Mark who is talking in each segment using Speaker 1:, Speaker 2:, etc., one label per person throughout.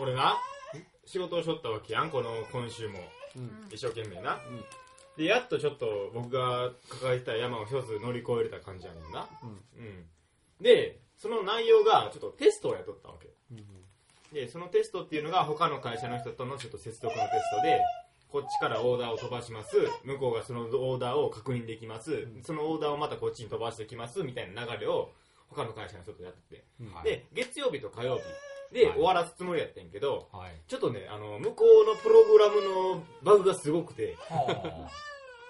Speaker 1: 俺な、仕事をしょったわけやん、この今週も。
Speaker 2: うん
Speaker 1: 一生懸命な。
Speaker 2: うん
Speaker 1: で、やっとちょっと僕が抱えてた山を一つ乗り越えれた感じやねんな。
Speaker 2: うん
Speaker 1: うん。で、その内容が、ちょっとテストをやっとったわけ。で、そのテストっていうのが他の会社の人とのちょっと接続のテストで、こっちからオーダーを飛ばします。向こうがそのオーダーを確認できます。そのオーダーをまたこっちに飛ばしてきます。みたいな流れを他の会社の人とやってて。
Speaker 2: うん
Speaker 3: はい
Speaker 1: で、月曜日と火曜日で
Speaker 3: はい
Speaker 1: 終わらすつもりやってんけど、
Speaker 3: はい。
Speaker 1: ちょっとね、あの、向こうのプログラムのバグがすごくて、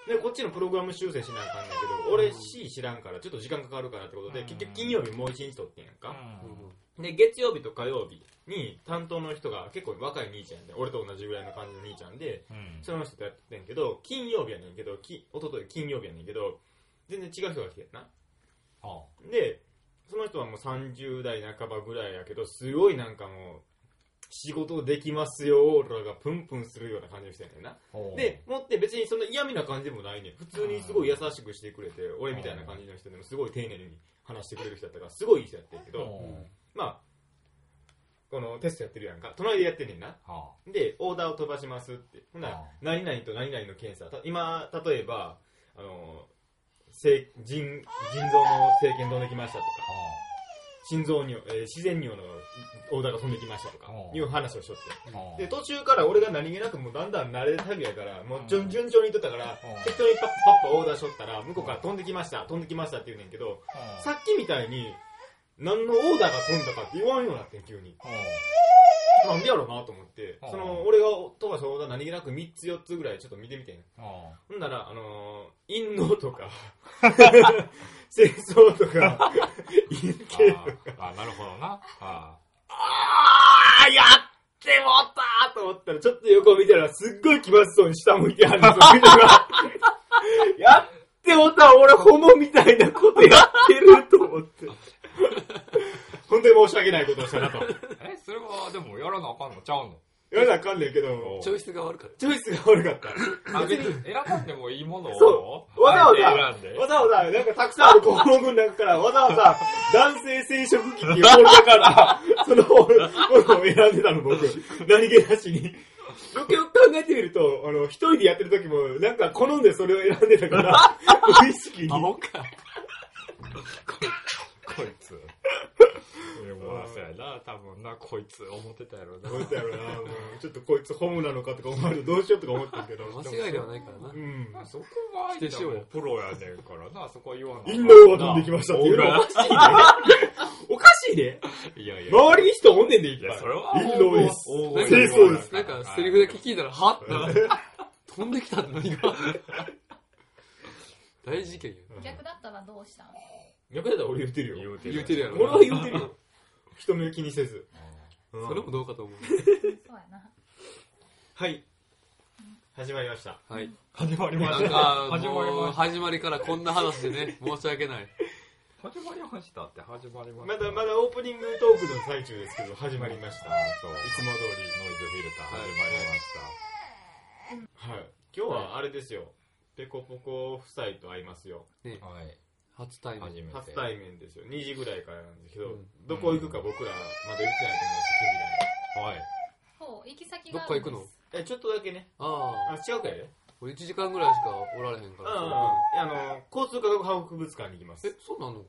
Speaker 1: で、こっちのプログラム修正しなあかんねんけど、俺 C 知らんから、ちょっと時間かかるからってことで、
Speaker 3: うん
Speaker 1: 結局金曜日もう一日取ってんやんか。
Speaker 3: うん
Speaker 1: で、月曜日と火曜日に担当の人が結構若い兄ちゃんで、俺と同じぐらいの感じの兄ちゃんで、
Speaker 3: うん
Speaker 1: その人とやってんけど、金曜日やねんけど、き一昨日金曜日やねんけど、全然違う人が来てんな。
Speaker 3: は
Speaker 1: で、その人はもう30代半ばぐらいやけど、すごいなんかもう、仕事できますよ、オーラがプンプンするような感じの人やねんな。
Speaker 3: あ
Speaker 1: で、、もって別にそんな嫌味な感じでもないねん。普通にすごい優しくしてくれて、俺みたいな感じの人でもすごい丁寧に話してくれる人だったから、すごいいい人やってんけ
Speaker 3: ほう
Speaker 1: ど、まあ、このテストやってるやんか。隣でやってんねんな。
Speaker 3: は
Speaker 1: で、オーダーを飛ばしますって。ほんなら
Speaker 3: ああ
Speaker 1: 何々と何々の検査。た今、例えば、あの、せい腎腎臓の生検飛んできましたと
Speaker 3: あ
Speaker 1: か、心臓尿、えー自然尿のオーダーが飛んできましたとか
Speaker 3: あ、あ
Speaker 1: いう話をしとって。
Speaker 3: はあ
Speaker 1: で、途中から俺が何気なくもうだんだん慣れたりやから、もう順
Speaker 3: うん
Speaker 1: 順調にいっとったから
Speaker 3: うん、
Speaker 1: 適当にパッパッパオーダーしとったら、向こうから飛んできました、飛んできましたって言うねんけど、
Speaker 3: はあ
Speaker 1: さっきみたいに、何のオーダーが飛んだかって言わんようになってん、急に。
Speaker 3: は
Speaker 1: なんでやろうなと思って、
Speaker 3: うん
Speaker 1: その、俺が飛ばしたオーダー何気なく3つ4つぐらいちょっと見てみてん。
Speaker 3: あはあ
Speaker 1: ほんなら、あのー、陰謀と か、戦争とか、陰茎とか
Speaker 3: ああ、なるほどな。あ
Speaker 1: あー、やってもったーと思ったら、ちょっと横見たら、すっごい気まずそうに下向いてはるんですよ、 人がやってもった俺、ホモみたいなことやってると思 って。本当に申し訳ないことをしたなと。
Speaker 3: え、それは、でも、やらなあかんのちゃうの
Speaker 1: やらなあかんねんけど、
Speaker 4: チョイスが悪かっ
Speaker 1: チョイスが悪かった。
Speaker 3: あ、別に、選ばんでもいいものを。
Speaker 1: そうわざわざ
Speaker 3: あえて選んで。
Speaker 1: わざわざ、なんかたくさんある項目の中から、わざわざ、男性生殖器っていうフォルダ から、そのフォルダを選んでたの、僕。何気なしに。よくよく考えてみると、あの、一人でやってる時も、なんか好んでそれを選んでたから、 無意識に。
Speaker 4: た。アホか。
Speaker 3: こいつ。でも、そうやな、多分な、こいつ、思ってたやろな。
Speaker 1: 思ったやろな、もうちょっとこいつホモなのかとか思われるとどうしようとか思ったけど。
Speaker 4: 間違いではないからな
Speaker 1: う。ん。
Speaker 3: そこは、
Speaker 4: 否定しようよ
Speaker 3: プロやねんからな、そこは言わなあかん。
Speaker 1: 陰謀が飛んできましたっていうのはおかしいね。おかしいね。
Speaker 3: いやいや。
Speaker 1: 周りに人おんねんで、いっ
Speaker 3: いや、
Speaker 1: ぱい
Speaker 3: そ。れは、
Speaker 1: 陰謀です。
Speaker 3: 大声
Speaker 1: 清
Speaker 3: で
Speaker 1: 掃です。
Speaker 4: なんか、セリフだけ聞いたら、はってなる飛んできたって何が大事件や。
Speaker 5: 逆だったらどうしたの
Speaker 1: 逆だったら俺言ってる
Speaker 3: 言
Speaker 1: よ。
Speaker 3: うて
Speaker 4: 言うてるやろ
Speaker 1: 俺は言ってるよ。人目を気にせず。うん
Speaker 4: それもどうかと思
Speaker 5: そうやな。
Speaker 1: はい。始まりました。
Speaker 4: う。はい。
Speaker 3: 始まりま
Speaker 4: な
Speaker 3: し
Speaker 4: ん
Speaker 3: た。
Speaker 4: か、
Speaker 3: 始まり
Speaker 4: もう
Speaker 3: ました。
Speaker 4: 始まりからこんな話でね、申し訳ない。
Speaker 3: 始まりましたって始まりま
Speaker 1: ま
Speaker 3: した。
Speaker 1: だま
Speaker 3: だ。
Speaker 1: だオープニングトークの最中ですけど、始まりました。い
Speaker 3: そう。
Speaker 1: つも
Speaker 3: ノイズフィルター始まり
Speaker 1: 通
Speaker 3: ました。
Speaker 1: り。はい。今日はあれですよ。ペコポコ夫妻と会いますよ。
Speaker 4: ね、
Speaker 3: はい。
Speaker 4: 初対面。
Speaker 3: 初めて。
Speaker 1: 初対面ですよ。2時ぐらいからなんですけど、
Speaker 4: うん
Speaker 1: どこ行くか僕らまだ言ってないと思
Speaker 3: はい。
Speaker 5: ほう、行き先
Speaker 4: ど
Speaker 5: が
Speaker 4: っか
Speaker 5: あるん
Speaker 4: 行
Speaker 5: で
Speaker 4: くの
Speaker 5: す。
Speaker 1: うんですけど。え、ちょっとだけね。
Speaker 4: あ
Speaker 1: あ、
Speaker 4: あ、
Speaker 1: 違うかやね。
Speaker 4: 俺1時間ぐらいしかおられへんか
Speaker 1: うん。
Speaker 4: ら。
Speaker 1: あの、交通科学博物館に行きま
Speaker 4: え
Speaker 1: す。、
Speaker 4: そうなの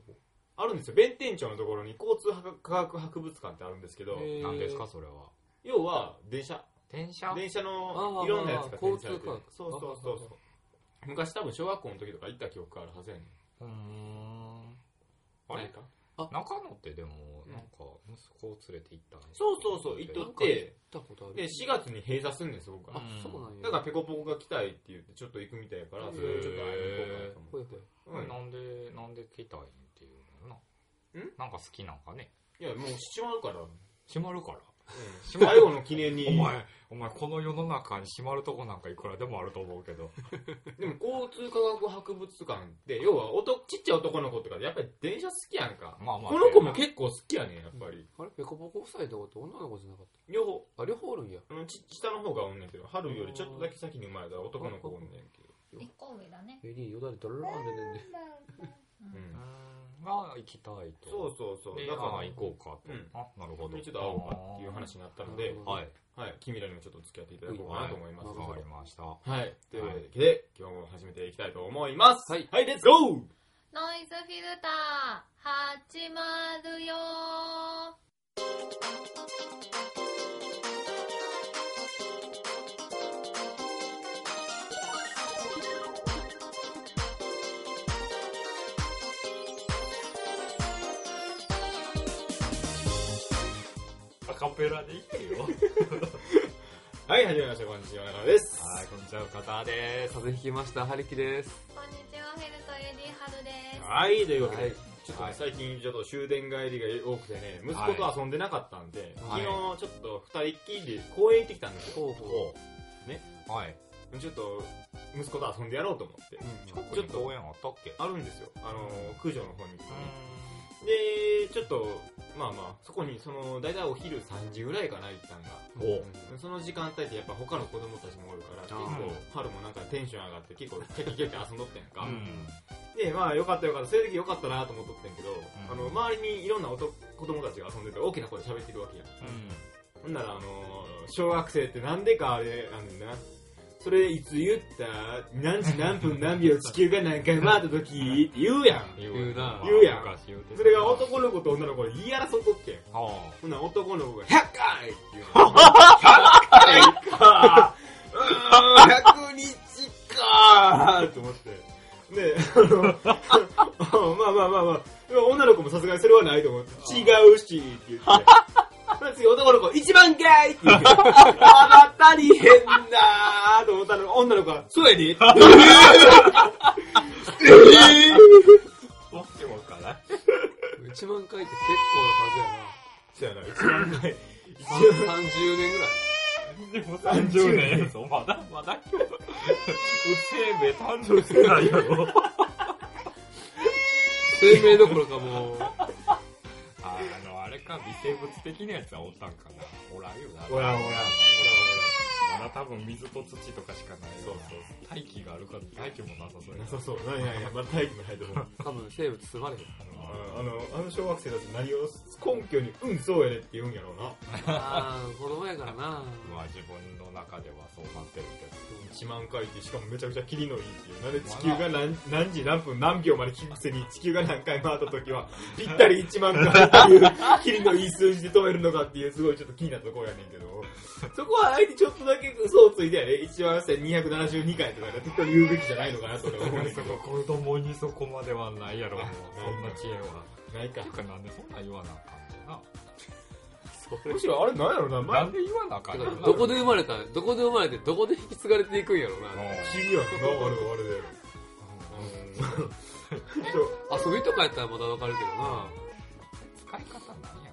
Speaker 1: あるんですよ。弁天町のところに交通科学博物館ってあるんですけど、
Speaker 4: へえ
Speaker 3: 何ですか、それは。
Speaker 1: 要は電車。
Speaker 3: 電車
Speaker 1: 電車
Speaker 4: あ
Speaker 1: の
Speaker 4: ー
Speaker 1: いろんなやつが展示されて
Speaker 4: 交
Speaker 1: る
Speaker 4: 通
Speaker 1: そ
Speaker 4: か
Speaker 1: うそうそうそう昔多分小学校の時とか行った記憶があるはずやねん
Speaker 3: うーん。あ
Speaker 1: な
Speaker 3: れ
Speaker 1: いか
Speaker 3: 中野ってでも、
Speaker 1: うん
Speaker 3: なんか、息子を連れて行ったんや
Speaker 1: そうそうそう行っと
Speaker 4: な
Speaker 1: っ
Speaker 4: んか行
Speaker 1: て
Speaker 4: ったことある。
Speaker 1: で4月に閉鎖すんねんそこが
Speaker 3: う
Speaker 4: あ、そうなんや。
Speaker 1: だからペコポコが来たいって言ってちょっと行くみたいやからそれをちょっと会いに行こ
Speaker 4: ほやほや。
Speaker 1: うかなと思う、
Speaker 3: なんで、なんで来たいんっていうのな。
Speaker 1: ん
Speaker 3: なんか好きなんかね。
Speaker 1: うん、いやもうしまうから、う
Speaker 3: 閉まるから。
Speaker 1: ん、最後の記念 に
Speaker 3: お前、お前、この世の中に閉まるとこなんかいくらでもあると思うけど。
Speaker 1: でも交通科学博物館って要はおとちっちゃい男の子とかやっぱり電車好きやんか
Speaker 3: まあまあ。
Speaker 1: この子も結構好きやねんやっぱり
Speaker 4: あれ、ペコポコ夫妻ってこと女の子じゃなかっ
Speaker 1: 両方
Speaker 4: た。あ、両方おるんや。
Speaker 1: あのち下の方がおんねんけど春よりちょっとだけ先に生まれた男の子おんねんけど
Speaker 5: 一個上だね。
Speaker 4: エリーよだれだらーんでねんで。
Speaker 5: う
Speaker 1: うん
Speaker 3: うんんが行きたいと。
Speaker 1: そうそうそう。
Speaker 3: で
Speaker 1: だ
Speaker 3: あ
Speaker 1: か
Speaker 3: あ行こうか
Speaker 1: う
Speaker 3: と。
Speaker 1: ん
Speaker 3: あ、なるほ
Speaker 1: ら、
Speaker 3: ど。
Speaker 1: ちょっと会おうかっていう話になったので、
Speaker 4: あ
Speaker 3: はい。
Speaker 1: はい、君らにもちょっと付き合っていただこうかなと思います。
Speaker 3: わかりました。
Speaker 1: はい。というわけで、今日も始めていきたいと思います。
Speaker 4: はい
Speaker 1: はい、レッツゴー
Speaker 5: ノイズフィルター、始まるよ
Speaker 3: アカペラで行けよ。
Speaker 1: はい、始めました。こんにちは、中野です。
Speaker 3: はい、こんにちは、深田です。
Speaker 4: 風邪ひきました、はりきです。
Speaker 5: こんにちは、フェルトエディハルです。
Speaker 1: はい、というわけで、
Speaker 4: はい
Speaker 1: ちょっとね、
Speaker 3: はい
Speaker 1: 最近ちょっと終電帰りが多くてね、息子と遊んでなかったんで、
Speaker 3: は
Speaker 1: 昨
Speaker 3: い
Speaker 1: 日ちょっと二人っきりで公園行ってきたんですよ。
Speaker 4: ほうほ
Speaker 1: うね。
Speaker 3: はい。
Speaker 1: ちょっと、息子と遊んでやろうと思って。
Speaker 4: う。
Speaker 3: 近く
Speaker 1: ちょ
Speaker 3: に
Speaker 1: っと
Speaker 3: 公園あったっけ
Speaker 1: あるんですよ。あの、駆除の方に行くとね。で、
Speaker 3: う
Speaker 1: ちょっと、まあまあ、そこに、その、だいたいお昼3時ぐらいかな、行ったんが。
Speaker 3: んお
Speaker 1: その時間帯ってやっぱ他の子供たちもおるから、結
Speaker 4: あー
Speaker 1: 構、春もなんかテンション上がって、結構、キャキキャキ遊んどってんやんか。
Speaker 3: うん。
Speaker 1: で、まあ、よかったよかった、そういう時よかったなと思っとってんけど、
Speaker 3: ん
Speaker 1: あの、周りにいろんな男子供たちが遊んでて、大きな声で喋ってるわけやん。ほんなら、あのー小学生ってなんでかあれ、あのな、それいつ言った何時何分何秒地球が何回回った時って言うやん。
Speaker 4: 言うな
Speaker 1: 言うやん
Speaker 3: 昔言うてた
Speaker 1: それが男の子と女の子で言い争っとってん。
Speaker 3: は
Speaker 1: ほんなら男の子が、100回って言うの。100回かうーん !100 日かーと思って。で、あの、まあまあまあまあ、女の子もさすがにそれはないと思って、違うしって言って。その次男の子、一番かいって言って、あばたりへんなーと思ったのが、女の子が、そう やでって言って
Speaker 3: あ。わけわからん。
Speaker 4: 一万回って結
Speaker 1: そうやな、一番かい。
Speaker 4: 構 な数や な。30年ぐらい。
Speaker 3: でも30年やぞ、まだまだ。うせえべ誕生してないやろ。
Speaker 4: 生命どころか もう、
Speaker 3: ああの、あれか、微生物的なやつはおったんかな。おらんよな。
Speaker 1: おらんおらん
Speaker 3: まだ多分水と土とかしかないよ
Speaker 1: そう
Speaker 3: な。
Speaker 1: そうそ
Speaker 3: 大気があるか、大気もなさそうや
Speaker 1: なさそう。ないないない。まだ体育もないと思う。
Speaker 4: 多分生物住まれへん。
Speaker 1: あの、あの小学生たち何を根拠に、うん、そうやでって言うんやろうな。
Speaker 4: あー、子供やからな。
Speaker 3: まあ自分の中ではそうなってるけど。
Speaker 1: 1万回って、しかもめちゃくちゃキリのいいっていう。なんで地球が何何時何分何秒まで聞くくせに、地球が何回回った時は、 ぴったり1万回っていう、キリのいい数字で止めるのかっていう、すごいちょっと気になったところやねんけど、そこはあえてちょっとだけ嘘をついてやね、1万1272回とかで適当に言うべきじゃないのかなと俺は思うんだけど、
Speaker 3: 子供にそこまではないやろ、もう。そんな知恵は。
Speaker 1: ないか
Speaker 3: ていう。かなんでそんなん言わなあかんの
Speaker 1: むしろあれなんやろな、
Speaker 3: な。な
Speaker 1: 前
Speaker 3: んで言わなあか
Speaker 4: だ
Speaker 3: ん
Speaker 4: か
Speaker 3: の
Speaker 4: らどこで生まれた、どこで生まれて、どこで引き継がれていくんやろうな。
Speaker 1: 不思議やんな、あれはあれで。うん
Speaker 4: 遊びとかやったらまだわかるけどな。
Speaker 3: 使い方なんや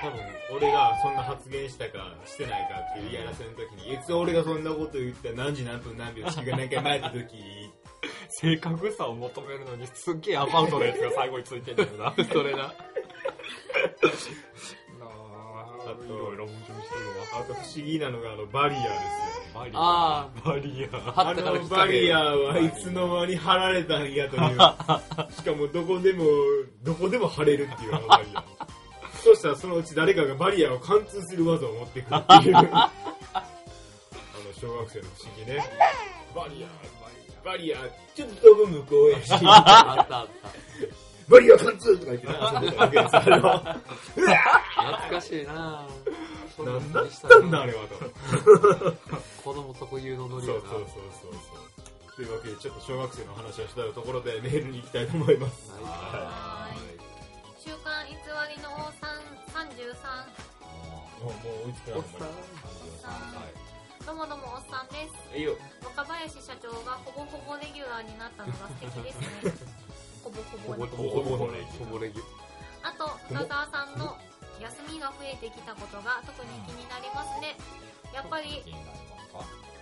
Speaker 1: 多分俺がそんな発言したかしてないかっていう言い争いの時にいつ俺がそんなこと言ったら何時何分何秒地球が何回前った時
Speaker 3: 正確さを求めるのにすっげえアバウトなやつが最後についてんだよ な。
Speaker 4: それな。
Speaker 3: あといろいろ矛盾してる
Speaker 1: あと不思議なのがあのバリアーですよ
Speaker 3: わ。バリ
Speaker 4: あ
Speaker 3: ア。バリア。
Speaker 4: あ
Speaker 1: あ
Speaker 4: ったから
Speaker 1: の
Speaker 4: きっ
Speaker 1: バ
Speaker 4: か
Speaker 1: リ
Speaker 4: け
Speaker 1: ア。ーはいつの間に張られたんや というしかもどこでもどこでも張れるっていうあのバリアーそうしたらそのうち誰かがバリアーを貫通する技を持ってくるっていう あの小学生の不思議ねバリアーバリアーちょっと飛ぶ向こうへし
Speaker 4: あったあっ
Speaker 1: バリア貫通とか言ってな、遊んでたわけですあれは。
Speaker 4: た。懐かしいな。そん
Speaker 1: なん
Speaker 4: な
Speaker 1: だ
Speaker 4: ん
Speaker 1: っ
Speaker 4: でした
Speaker 1: たんだ、あれはと。
Speaker 4: 子供特有のノリ
Speaker 1: そ
Speaker 4: や
Speaker 1: う
Speaker 4: な。
Speaker 1: そうそうそうそう。というわけで、ちょっと小学生の話をしたところでメールに行きたいと思います。
Speaker 4: は
Speaker 5: はーい。週刊偽りの王さん33。
Speaker 1: もう、もう追いつく
Speaker 4: い
Speaker 1: な
Speaker 4: おっさん。
Speaker 5: どうもどうもおっさんです。
Speaker 1: いいよ。
Speaker 5: 若林社長がほぼほぼレギュラーになったのが素敵ですね。ほぼほぼね。
Speaker 1: ぼほぼほぼ
Speaker 4: ほぼレギュ。
Speaker 5: あと、深澤さんの休みが増えてきたことが特に気になりますね。やっぱり、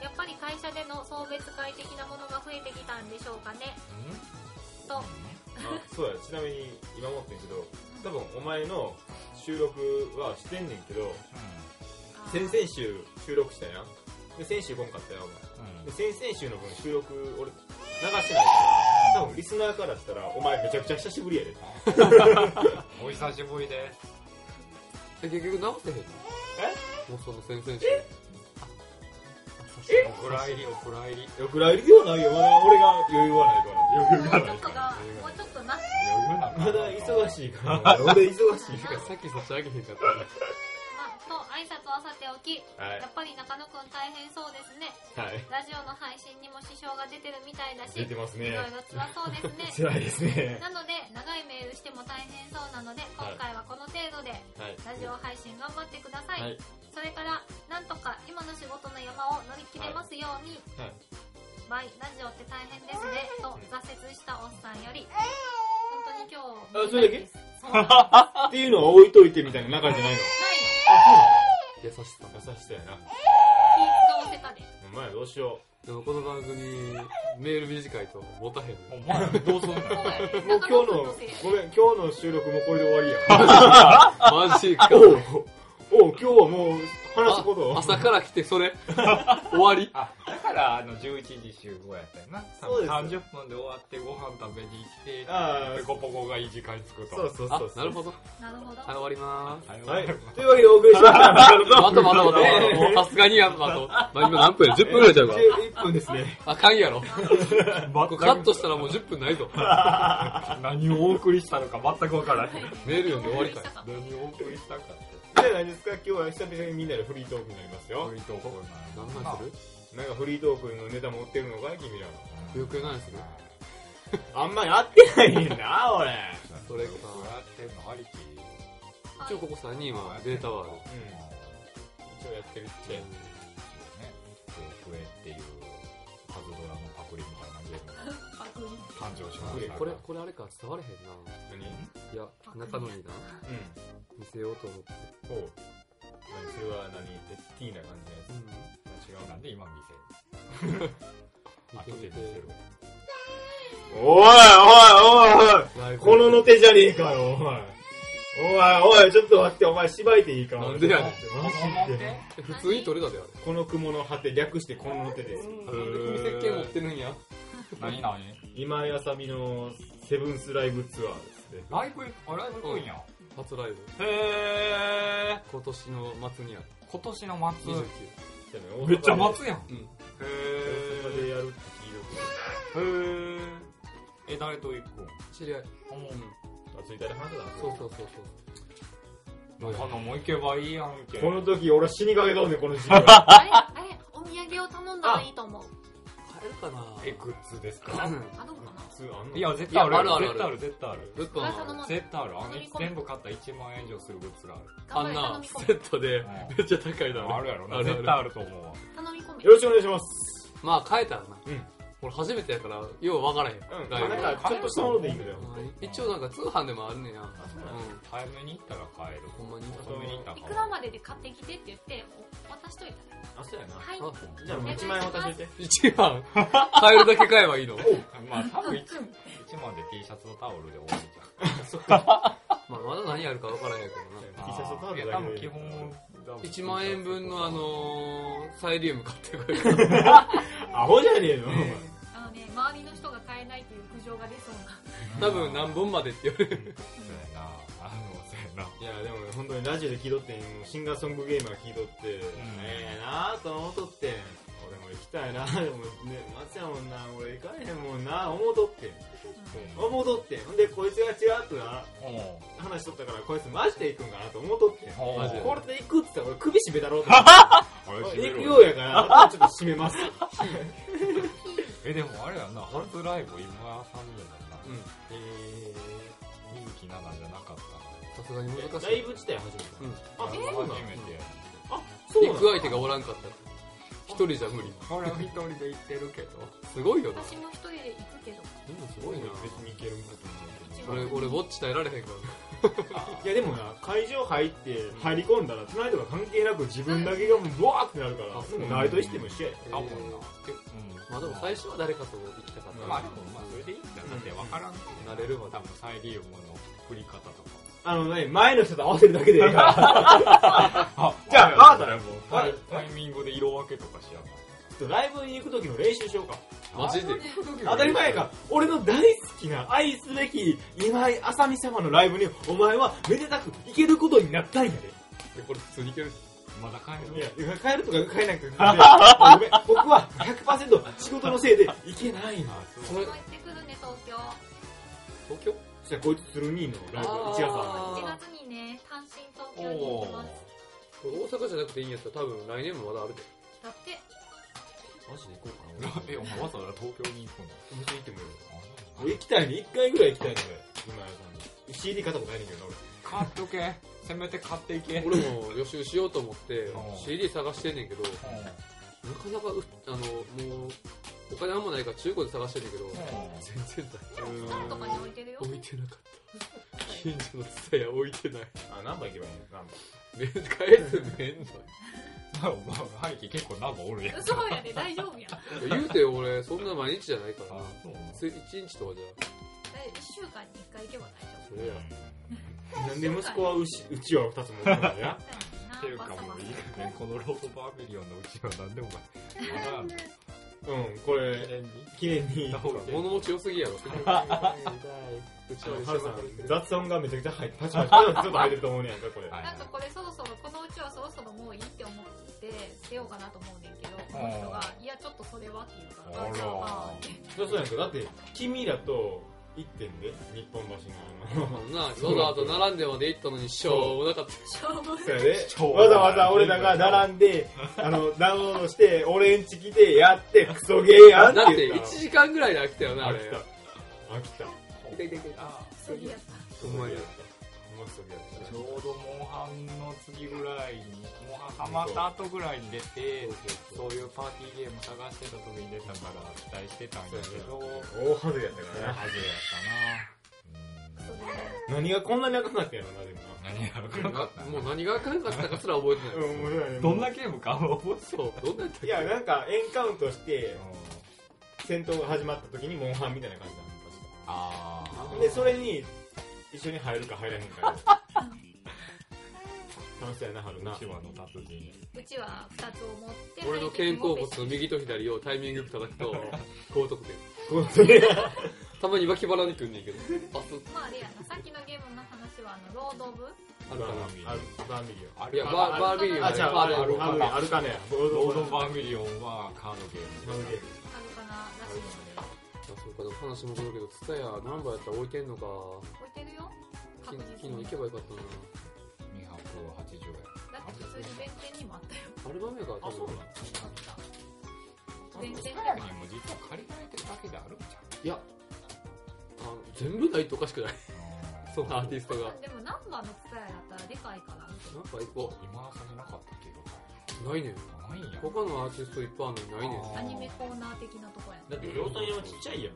Speaker 5: やっぱり会社での送別会的なものが増えてきたんでしょうかね。と、
Speaker 1: あ、そうや、ちなみに今思ってんけど、多分お前の収録はしてんねんけど、
Speaker 5: あー
Speaker 1: 先々週収録したやん。で、先週来んかったよ、お前。で、先々週の分収録、俺、流してないから、多分リスナーからしたら、お前めちゃくちゃ久しぶりやで。
Speaker 3: お久しぶりです。
Speaker 4: え結局直せへんのえもうその先々週
Speaker 3: お蔵入り、お蔵入り。
Speaker 1: よくらいではないよ。まだ俺が余裕はないから。
Speaker 3: 余裕
Speaker 5: もうちょっとが、もうちょっとなし。
Speaker 3: 余裕な
Speaker 1: まだ忙しいから。俺忙しい
Speaker 4: てかさっき差し上げへんかった
Speaker 5: まあ、と挨拶はさておき、
Speaker 1: はい
Speaker 5: やっぱり中野くん大変そうですね。
Speaker 1: はい。
Speaker 5: ラジオの配信にも支障が出てるみたいだし、
Speaker 1: 出てます
Speaker 5: い
Speaker 1: ね
Speaker 5: ろ。いろ辛そうで すね。
Speaker 1: 辛いですね。
Speaker 5: なので、長いメールしても大変そうなので、今回はこの程度で、
Speaker 1: はい。
Speaker 5: ラジオ配信頑張ってください。
Speaker 1: はい。
Speaker 5: それから、なんとか今の仕事の山を乗り切れますように、
Speaker 1: はい。
Speaker 5: バイ、ラジオって大変ですね、と挫折したおっさんより、本当に今日、
Speaker 1: あそれだけ
Speaker 5: ですそうなの
Speaker 1: っていうのは置いといてみたいな中じゃないの。
Speaker 5: ないの
Speaker 4: 優しさ
Speaker 1: 優しさやな。
Speaker 5: 気使わせたで。
Speaker 1: お前どうしよ
Speaker 4: でもこの番組メール短いと持たへんね
Speaker 3: お前、どうすんの
Speaker 5: そうやね
Speaker 1: う。もう今日の、
Speaker 5: 中野くんせい
Speaker 1: ごめん、今日の収録もこれで終わりや。
Speaker 4: マジか
Speaker 1: おうおう、今日はもう話すことを。
Speaker 4: 朝から来てそれ終わり
Speaker 3: あ、だから、あの、11時集合やったよな。
Speaker 1: そうです
Speaker 3: 30分で終わってご飯食べに来て、
Speaker 1: ああ
Speaker 3: ペ、コポコがいい時間に着くと。
Speaker 1: そうそう
Speaker 4: あ
Speaker 1: そう。
Speaker 4: なるほど
Speaker 5: なるほど。
Speaker 4: はい終わりまーす
Speaker 3: う
Speaker 1: は
Speaker 3: はいい。。
Speaker 1: というわけでお送りしました。
Speaker 4: またまたまた もうさすがにやんなとまあ今何分や10分ぐらいちゃうから
Speaker 1: 1分ですね。
Speaker 4: あかんやろ
Speaker 3: ま
Speaker 4: これカットしたらもう10分ないぞ
Speaker 3: 何をお送りしたのか全くわからない。
Speaker 4: メール読んで終わりかい
Speaker 3: 何をお送りしたかって。
Speaker 1: じゃあ何ですか今日は久々にみんなでフリートークになりますよ。
Speaker 3: いとこ
Speaker 4: 何なんする
Speaker 1: なんかフリートークのネタ持ってるのかい君ら。
Speaker 4: よくないする
Speaker 1: あんまやってないねんな、俺。
Speaker 4: それか
Speaker 3: やってんのありき。
Speaker 5: はい
Speaker 4: 一応ここ3人はデータはある
Speaker 1: うん。一応やってるって。
Speaker 3: ね、クエっていうパズドラのパクリみたいなゲームが
Speaker 5: あグリーン
Speaker 3: 誕生しま
Speaker 1: パク
Speaker 3: し
Speaker 1: リ
Speaker 3: た。
Speaker 4: これこれあれか伝われへんな
Speaker 1: 何
Speaker 4: いや中野にな
Speaker 1: う
Speaker 4: 見せようと思って
Speaker 1: ん。おう。それは何ティーな感じのや
Speaker 4: うん
Speaker 3: 違うなんで今見せる。
Speaker 4: 見て
Speaker 3: 後で
Speaker 4: み
Speaker 3: 見
Speaker 4: て
Speaker 3: せる。
Speaker 1: つ。おいおいおいおい
Speaker 4: ライブ
Speaker 1: こののてじゃねえかよ、お前。おいおい、ちょっと待って、お前、芝居でいいか
Speaker 4: なんでやねん
Speaker 1: マジで。
Speaker 4: え普通に取れたであれ
Speaker 1: この雲の果て、略してこののてです。
Speaker 4: なんで君設計持ってるんや
Speaker 3: 何何
Speaker 1: 今井あさみのセブンスライブツアーですね。
Speaker 3: ライブ、あ、ライブ行くんや。
Speaker 4: 初ライブ
Speaker 3: へ
Speaker 4: 今年の末にある
Speaker 3: ー。今年の末。
Speaker 4: 29
Speaker 3: めっちゃ
Speaker 1: 待つ
Speaker 3: 待つやん。へ
Speaker 4: うん
Speaker 1: 大阪
Speaker 3: ー。
Speaker 1: でやるって聞い
Speaker 3: へー。え、誰と行くん
Speaker 4: 知り合い
Speaker 1: たことあ、ツイッターで話したな
Speaker 4: そうそうそうそう
Speaker 3: 中野も行けばいいやんけ。
Speaker 1: この時、俺死にかけたんねんこの時期。
Speaker 5: あれあれお土産を頼んだらいいと思う。
Speaker 4: 買えるかな
Speaker 3: え、グッズですか
Speaker 5: あどうかな
Speaker 1: 普通あんの
Speaker 3: いや、絶対あ
Speaker 4: いや
Speaker 3: る。
Speaker 4: あるある
Speaker 3: 絶対ある、絶対あ る。
Speaker 4: ルパン
Speaker 5: あその
Speaker 4: は
Speaker 5: ま
Speaker 3: 絶対ある。あの
Speaker 5: 飲み込む
Speaker 3: 全部買ったら1万円以上するグッズがある。
Speaker 4: あ
Speaker 5: 頑張
Speaker 4: ん
Speaker 5: れ、
Speaker 4: な
Speaker 5: 頼み込
Speaker 4: セットで
Speaker 3: うん
Speaker 4: めっちゃ高いだろ
Speaker 3: あるやろ
Speaker 4: あ
Speaker 3: な。
Speaker 4: る
Speaker 3: 絶対あると思うわ。
Speaker 5: め。頼み込め。
Speaker 1: よろしくお願いします。
Speaker 4: まあ変えたらな
Speaker 1: うん
Speaker 4: 俺初めてやからよう分からへん
Speaker 1: うん。
Speaker 4: ライブ
Speaker 1: なんか、ちょっとしたものでいいんだよ。
Speaker 4: うん一応なんか通販でもあるねや
Speaker 1: そうなん
Speaker 4: う
Speaker 3: 早めに行ったら買える。
Speaker 4: ほんまに
Speaker 3: 遅めに行ったら
Speaker 5: い
Speaker 3: 買
Speaker 5: くらまでで買ってきてって言って、お渡しといたら。
Speaker 1: あ、そうやな。
Speaker 5: はい。
Speaker 4: んあ
Speaker 1: じゃあ、もう1万円渡してて。
Speaker 4: 一 番買えるだけ買えばいいの
Speaker 3: える。まあ、多分 1, 1万で T シャツとタオルで終わるじゃん。
Speaker 4: まあまだ何あるか分からへんけどな
Speaker 1: T シャツとタオル
Speaker 3: いや
Speaker 1: だ
Speaker 3: 多
Speaker 1: け
Speaker 3: 分
Speaker 1: でい
Speaker 3: 基
Speaker 1: いから
Speaker 3: 本
Speaker 4: 1万円分のあのー、サイリウム買ってこい
Speaker 1: アホじゃねえの、お前
Speaker 5: あのね、周りの人が買えないっていう苦情が出そうな。
Speaker 4: 多分何本までって言われる
Speaker 3: そうやなあのそうやない
Speaker 1: やでもね本当にラジオで聴いとってんもうシンガーソングゲーマー聴いとって、ええなあと思うとってん俺も行きたいなでもね松やもんな俺行かれへんもんな思うとってん思うとってんほんでこいつがちらっとな
Speaker 3: う
Speaker 1: 話しとったからこいつマジで行くんかなと思うとってん
Speaker 3: ん
Speaker 4: マジで
Speaker 1: これで行くっつったら俺首絞めたろうと思って 俺行くようやからあとちょっと締めます
Speaker 3: えでもあれやんなハルトライブ今やさんじゃ
Speaker 4: うん
Speaker 1: え
Speaker 3: な水木奈々じゃなかった
Speaker 4: さすがに難
Speaker 1: ー、
Speaker 4: し
Speaker 1: ラ
Speaker 4: い
Speaker 1: イブ自体初めて
Speaker 4: うん
Speaker 1: あ
Speaker 3: の
Speaker 1: そうなの
Speaker 3: 初めて
Speaker 1: あそうな
Speaker 4: 行
Speaker 1: の
Speaker 4: く相手がおらんかったら一人じゃ無理
Speaker 3: 俺は一人で行ってるけど
Speaker 4: すごいよな
Speaker 5: 私も一人で行くけど。
Speaker 4: みんなすごいな
Speaker 1: 別に行けるんだと思うけど
Speaker 5: 一
Speaker 4: 俺
Speaker 5: 番
Speaker 4: 俺ウォッチ耐えられへんから
Speaker 1: いやでもな、会場入って入り込んだら、隣とか関係なく自分だけがもうブワーってなるから、
Speaker 4: あそう
Speaker 1: もうナイトしても一緒やで。
Speaker 3: 多分な
Speaker 4: まあでも最初は誰かと行きたかっ
Speaker 3: まあ
Speaker 4: た
Speaker 3: でもまあそれでいいんだよだって分からん
Speaker 4: 慣れるまで
Speaker 3: 多分サイリウムの振り方と
Speaker 1: あのね、前の人と合わせるだけで ええから。
Speaker 3: か
Speaker 1: じゃあわかったよ
Speaker 3: もう
Speaker 1: わかった
Speaker 3: タイミングで色分けとかしやがっ
Speaker 1: とライブに行く時の練習しようか。
Speaker 4: マジで。
Speaker 1: 当たり前やから、俺の大好きな、愛すべき今井あさみ様のライブに、お前はめでたく行けることになったんやで。
Speaker 4: えこれ普通にいける
Speaker 3: まだ帰
Speaker 1: い
Speaker 3: る
Speaker 1: や、帰るとか帰らなくて、ごめん僕は100%仕事のせいで行けないな。
Speaker 4: それ
Speaker 5: 行、ってくるね、東京。
Speaker 4: 東京
Speaker 1: そしたらこいつ鶴兄のライブが1月あ
Speaker 4: あー
Speaker 5: 1月にね、単身東京に行きます。
Speaker 4: これ大阪じゃなくていいんやったら多分来年もまだあるで。
Speaker 5: だって、
Speaker 3: マジで行こうかな。 え、お前わざわざ東京に行く
Speaker 1: る
Speaker 3: の
Speaker 1: の。行ってもいいよ
Speaker 3: あ
Speaker 1: 行きたいね、1回ぐらい行きたいね、今井あさみ。CD 買ったことないねんけどな、
Speaker 3: 買っとけ。せめて買っていけ。
Speaker 4: 俺も予習しようと思って
Speaker 3: うん
Speaker 4: CD 探してんねんけど、なかなかう、あの、もう、お金あんまないから中古で探してんねんけど、全然
Speaker 5: スタンとかに置いてるよ。
Speaker 4: ない。置いてなかった。近所の蔦屋置いてない。
Speaker 1: 俺。あ、何番行けばいいの何番。
Speaker 4: めん、返すめん
Speaker 3: お前、背景結構ナンバおるやん。
Speaker 5: そうやね、大丈夫や。
Speaker 4: の。言うて俺、そんな毎日じゃないから。
Speaker 3: あ、そう
Speaker 4: つ一日とかじゃ。
Speaker 5: 1週間に1回行けば大丈
Speaker 4: それや。
Speaker 1: なんで息子はうちうちわを2つ持ってたんや。
Speaker 5: 夫。
Speaker 3: っていうかもういいかね、このロードバービリオンのうちは何でもない。
Speaker 1: うん、これ、記念に。
Speaker 4: 物持ち良すぎやろ。うちは
Speaker 1: ハルさん
Speaker 4: 一緒、だ
Speaker 1: 雑音がめちゃくちゃ入って、パチパチパチパチちょっと入ってると思うねやんか、これ。
Speaker 5: なんかこれそろそろこのうちはそろそろもういいって思って捨てようかなと思うねんけどこの人が「いやちょっとそれは」って言うから
Speaker 3: あら
Speaker 5: あじゃあまあって
Speaker 1: そうそうやんか。だって、君らと行ってんで、日本橋のあの。
Speaker 4: なあ、そうだ、あと並んでまで行ったのに、しょうもなかった。
Speaker 5: しょうもない
Speaker 1: そうやで
Speaker 3: 超
Speaker 1: わざわざ俺らが並んで、あの、ダウンロードして、俺んち来て、やって、クソゲーやんって
Speaker 4: だって
Speaker 1: 言
Speaker 4: 1
Speaker 1: った
Speaker 4: 時間ぐらいで飽きたよな、あ
Speaker 1: 飽
Speaker 4: れ
Speaker 1: き。た。飽きた。
Speaker 4: 痛い痛い痛いあ
Speaker 5: そういやった
Speaker 1: ほんまにやった。ほんまクソゲーやっ
Speaker 3: ちょうどモンハンの次ぐらいに、モンハンハマった後ぐらいに出て、そういうパーティーゲーム探してた時に出たから期待してたんや
Speaker 1: た。
Speaker 3: け
Speaker 1: そ
Speaker 3: ど、
Speaker 1: うや
Speaker 3: ハ
Speaker 1: な大外れやった
Speaker 3: ゲ
Speaker 1: から
Speaker 3: やっ
Speaker 1: な。
Speaker 5: クソゲー
Speaker 1: 何がこんなにあかんかったんやろな、でも
Speaker 3: たな何やろかった
Speaker 4: もう何があかんかったかすら覚えて
Speaker 1: な。
Speaker 4: な
Speaker 1: う
Speaker 4: い。
Speaker 1: ん、面白いね。
Speaker 3: どんなゲームか覚えて
Speaker 4: そう、どんなやったっ
Speaker 1: い
Speaker 4: け
Speaker 1: や、なんか、エンカウントして、戦闘が始まった時にモンハンみたいな感じだ
Speaker 3: あ
Speaker 1: った
Speaker 3: あ
Speaker 1: んで、それに、一緒に入るか入らへんか。 楽しそうやな、春な。
Speaker 3: 千葉の達人
Speaker 5: うちは2つを持って
Speaker 4: 俺の肩甲骨の右と左をタイミングよく叩く と、高得点。
Speaker 1: こうそれ
Speaker 4: たまに脇腹にくんねんけど。あ、そう、
Speaker 5: まああれやなさっきのゲームの話はあのロード・オブ
Speaker 4: あるかな。
Speaker 1: あるバーミリ
Speaker 3: あ
Speaker 4: いや、バーバービー
Speaker 1: オン。
Speaker 4: は
Speaker 1: あ、
Speaker 4: ね
Speaker 1: じゃあ、
Speaker 4: バ
Speaker 1: あ
Speaker 4: ー
Speaker 1: る、
Speaker 4: レ
Speaker 1: あ
Speaker 4: ー
Speaker 1: る、
Speaker 4: の
Speaker 1: あるあるかね。ロー
Speaker 3: ロード
Speaker 1: バ
Speaker 3: バーミリオンはカードゲーム
Speaker 1: ーミリ
Speaker 5: あるかならしいね
Speaker 4: あそうか、でも話もそうだけど、ツタヤ何番やったら置いてんのか。
Speaker 5: 置いてるよ
Speaker 4: き
Speaker 5: 確実
Speaker 4: 昨日
Speaker 5: に
Speaker 4: 行けばよかったな。
Speaker 3: 280円
Speaker 5: だって普通に弁天にもあったよ
Speaker 4: アルバムやから、
Speaker 1: あ、そうな
Speaker 4: 分
Speaker 1: の
Speaker 5: あった弁天
Speaker 3: カヤにも実は借りられてるだけであるんじ
Speaker 4: いや、あの全部ないとおかしくない。
Speaker 3: ゃん
Speaker 4: そのアーティストが。
Speaker 5: でも何番の伝えだったらでかいから
Speaker 4: なんか一個、
Speaker 3: 今朝じなかったけど
Speaker 4: ないねん。
Speaker 3: ないんや
Speaker 4: 他のアーティストいっぱいあるのにないねん。
Speaker 5: アニメコーナー的なとこやね
Speaker 1: だって、両端山ちっちゃいやん。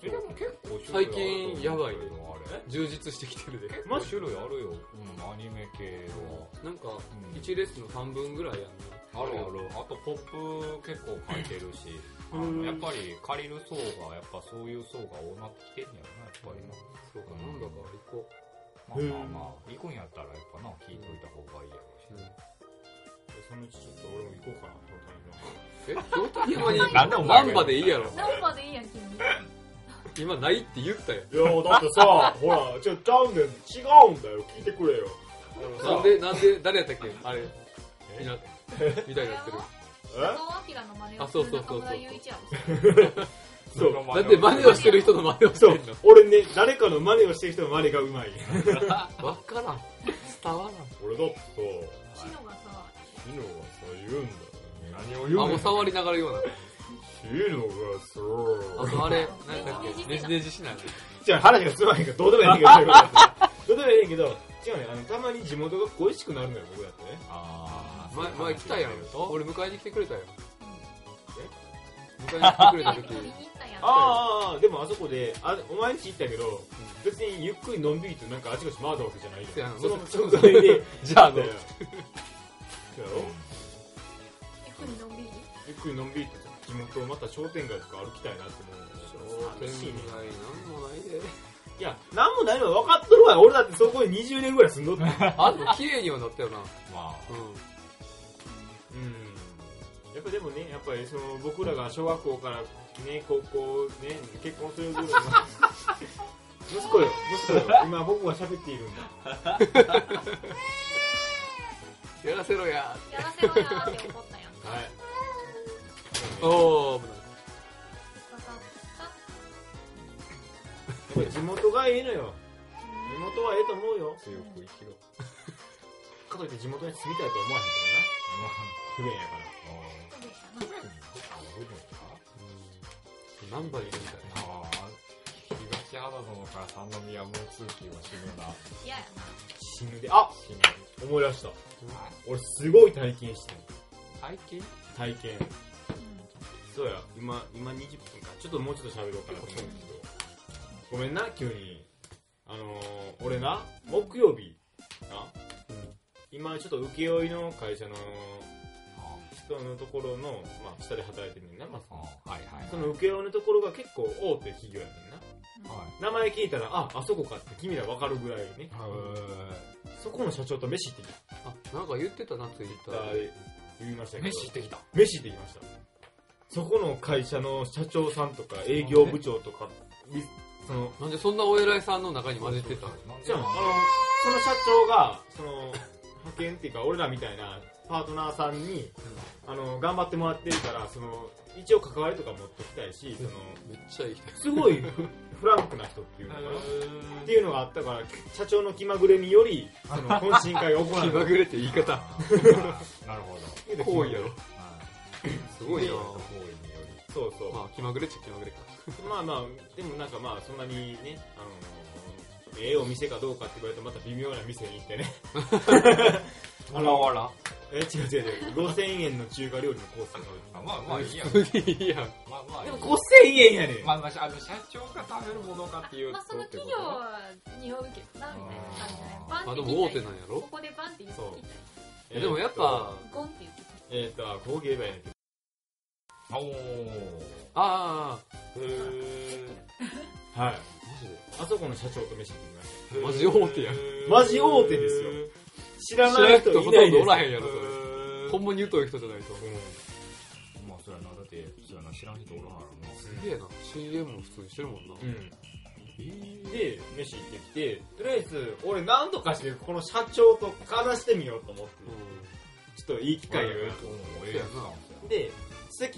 Speaker 3: えでも結構
Speaker 4: 最近やばい
Speaker 3: あ
Speaker 4: ね
Speaker 3: れ
Speaker 4: 充実してきてるで。
Speaker 3: 結構種類あるよ、うん、アニメ系は
Speaker 4: なんか、
Speaker 3: うん
Speaker 4: 1レッスンの半分ぐらいやん
Speaker 3: あるある。あとポップ結構書いてるし、あ
Speaker 4: うん
Speaker 3: のやっぱり借りる層が、やっぱそういう層が多なってきてんやろな、やっ
Speaker 4: そうか、なんだか行こ
Speaker 3: ぱりな。まあまあまあ、行くんやったらやっぱな、聞いといた方がいいやろうし
Speaker 4: う。。うん
Speaker 1: そのうちちょっと俺も行こうかな、
Speaker 4: え、氷滝山に、
Speaker 3: なんでお前が
Speaker 4: ナンバでいいやろ。
Speaker 5: 何番でいいやん君
Speaker 4: 今ないって言ったや
Speaker 1: いやだってさ、ほら、ちょ、ちゃうんだよ、違うんだよ、聞いてくれよ。
Speaker 4: ん。なんで、なんで、誰やったっけあれ、みんな、みたいに なってる。
Speaker 5: 佐
Speaker 1: え
Speaker 5: 藤明の真似を
Speaker 4: あ
Speaker 5: す
Speaker 4: そう
Speaker 5: る
Speaker 4: そう
Speaker 5: 中
Speaker 4: そうそう
Speaker 5: 村雄一やろ
Speaker 1: そう。
Speaker 4: だって真似をしてる人の真似をして
Speaker 1: そ
Speaker 4: る
Speaker 1: う
Speaker 4: の。だ。
Speaker 1: 俺ね、誰かの真似をしてる人の真似がうまい。
Speaker 4: わからん。伝わ
Speaker 1: 俺だってさ、
Speaker 5: シノがさ
Speaker 1: シノがさ、言うんだよ。
Speaker 3: 何
Speaker 4: ら
Speaker 3: を
Speaker 4: ん。
Speaker 3: 言
Speaker 4: あ、も
Speaker 3: う
Speaker 4: う
Speaker 3: の
Speaker 4: 触りながら言うな。
Speaker 1: シノが
Speaker 4: あ
Speaker 1: さ、
Speaker 4: とあれ、何だっけねじねじしない。
Speaker 1: じゃあ話がすまへんからどうでもいいねんけど、そういうことやってどうでもいいねんけど、違うね、あの、たまに地元が恋しくなるのよ、僕だってね。
Speaker 3: あ
Speaker 4: 前、前来たやん。
Speaker 3: 俺、
Speaker 4: 俺迎えに来てくれたやん。迎
Speaker 5: 取
Speaker 4: えに来てく
Speaker 5: り
Speaker 4: れた
Speaker 5: に
Speaker 4: 時
Speaker 5: 行ったやん
Speaker 1: ああ、でもあそこで、あお前んち行ったけど、別にゆっくりのんびりとなんかあちこち回ったわけじゃない
Speaker 4: そう
Speaker 1: よ
Speaker 4: や。ん
Speaker 1: その、そのそれで、
Speaker 4: じゃあ、あ
Speaker 1: そう
Speaker 4: の
Speaker 1: や、ろ
Speaker 5: ゆっくりのんびり
Speaker 1: ゆっくりのんびりと地元をまた商店街とか歩きたいなって思う
Speaker 4: 商店
Speaker 1: 寂しい
Speaker 4: 街
Speaker 1: ね
Speaker 4: なんもないで。
Speaker 1: いや、なんもないのは分かっとるわよ。俺だってそこに20年ぐらい住んどって。
Speaker 4: あ、でも綺麗にはなったよな。
Speaker 3: まあ、
Speaker 4: う
Speaker 1: うん。やっぱでもね、やっぱりその僕らが小学校からね、高校ね、結婚する部 分は息子よ、息子よ、今僕が喋っているんだ。
Speaker 4: やらせろや
Speaker 5: やらせろよーって思ったやんか。
Speaker 1: はい。
Speaker 4: おお危ない
Speaker 5: 刺さった
Speaker 1: やっぱ地元がいいのよ。地元はええと思うよ。
Speaker 3: 強く生きろ。
Speaker 1: かといって地元に住みたいとは思わへんけどな。不便やから。
Speaker 5: そうでしたな。
Speaker 4: 何番いるみたいな
Speaker 3: ああ、東原園から三宮も通勤は死ぬな。
Speaker 5: 嫌や
Speaker 1: 死ぬで。あ
Speaker 3: 死ぬ。
Speaker 1: 思い出した。俺すごい体験してる。
Speaker 3: 最近
Speaker 1: 体験。
Speaker 5: な。
Speaker 1: そうや、今、今20分か。ちょっともうちょっと喋ろうかなと思うんですけど。ごめんな、急に。あのー、俺な、木曜日、な、今ちょっと請負の会社の人のところの、まあ、下で働いてるねんな、ま
Speaker 3: あ
Speaker 1: あ、
Speaker 3: あ、はいはい。
Speaker 1: その請負のところが結構大手企業やねんな。
Speaker 3: はい。
Speaker 1: 名前聞いたら、あ、あそこかって君らわかるぐらいね。
Speaker 3: へ
Speaker 1: そこの社長と飯行ってきた。
Speaker 4: あなんか言ってたなツイッターで
Speaker 1: 言いました
Speaker 3: え。
Speaker 1: けど。
Speaker 3: 飯行ってきた。
Speaker 1: 飯行ってきましたそこの会社の社長さんとか営業部長とかみその
Speaker 4: なんでそんなお偉いさんの中に混じってたの
Speaker 1: じゃああのその社長がその派遣っていうか俺らみたいなパートナーさんにあの頑張ってもらってるからその一応関わりとか持ってきたいしその
Speaker 4: めっちゃいい人
Speaker 1: すごいフフランクな人っていうのか なっていうのがあったから社長の気まぐれによりその懇親会が 行わ
Speaker 4: 気
Speaker 1: れ
Speaker 4: ま
Speaker 1: た
Speaker 4: ぐれって言い方
Speaker 3: なるほど。
Speaker 4: 行為やろすごいな
Speaker 3: 行為により。
Speaker 1: そうそう、
Speaker 4: まあ気まぐれっちゃ気まぐれか
Speaker 1: まあまあ、でもなんかまあ、そんなにね、あのー、ええお店かどうかって言われてまた微妙な店に行ってね。
Speaker 3: あらわら。
Speaker 1: え、違う違う違う。5000円の中華料理のコースが
Speaker 3: まあまあい いや。
Speaker 4: すげえやん
Speaker 3: まあまあいい
Speaker 1: で
Speaker 3: や
Speaker 1: も。5000円やねん。
Speaker 3: まあまあ、あの、社長が食べるものかっていう
Speaker 5: まあそ
Speaker 3: と
Speaker 5: の
Speaker 3: ってこ
Speaker 5: 企
Speaker 3: と
Speaker 5: 業は匂うけどな、みたいな感じじゃないバン
Speaker 4: あ
Speaker 5: って
Speaker 4: で
Speaker 5: 切
Speaker 4: も大
Speaker 5: った
Speaker 4: 手
Speaker 5: ら
Speaker 4: ないんや
Speaker 5: いこ
Speaker 4: ろ
Speaker 5: こでバンって言って切っ
Speaker 4: でもやっぱ
Speaker 5: たらゴンって言っ
Speaker 1: え
Speaker 5: て
Speaker 1: ーっと、えーっと、あこう言えばいいんやけど。
Speaker 3: おー。
Speaker 4: ああ
Speaker 3: へ
Speaker 1: はい。
Speaker 4: マジで
Speaker 1: あそこの社長と飯行ってきまし
Speaker 3: ー
Speaker 4: マジ大手やん
Speaker 1: マジ大手ですよた。知ら
Speaker 4: 知ら
Speaker 1: な
Speaker 4: ないくて
Speaker 1: 人
Speaker 4: ほと
Speaker 1: いない
Speaker 4: ん
Speaker 1: で
Speaker 4: どお
Speaker 1: す。
Speaker 4: らへんやろそれ
Speaker 3: へ
Speaker 4: ほんまに疎い人じゃないと
Speaker 1: うん
Speaker 3: まあ、そやな。だって、そやな、知らん人おらはるな。
Speaker 4: すげえな CM も普通にしてるもんな
Speaker 1: うん。で、飯行ってきて、とりあえず、俺なんとかしてこの社長と話してみようと思って、
Speaker 4: う
Speaker 1: ちょっといい機会を得ると
Speaker 3: おええやつなんですよ。
Speaker 1: で、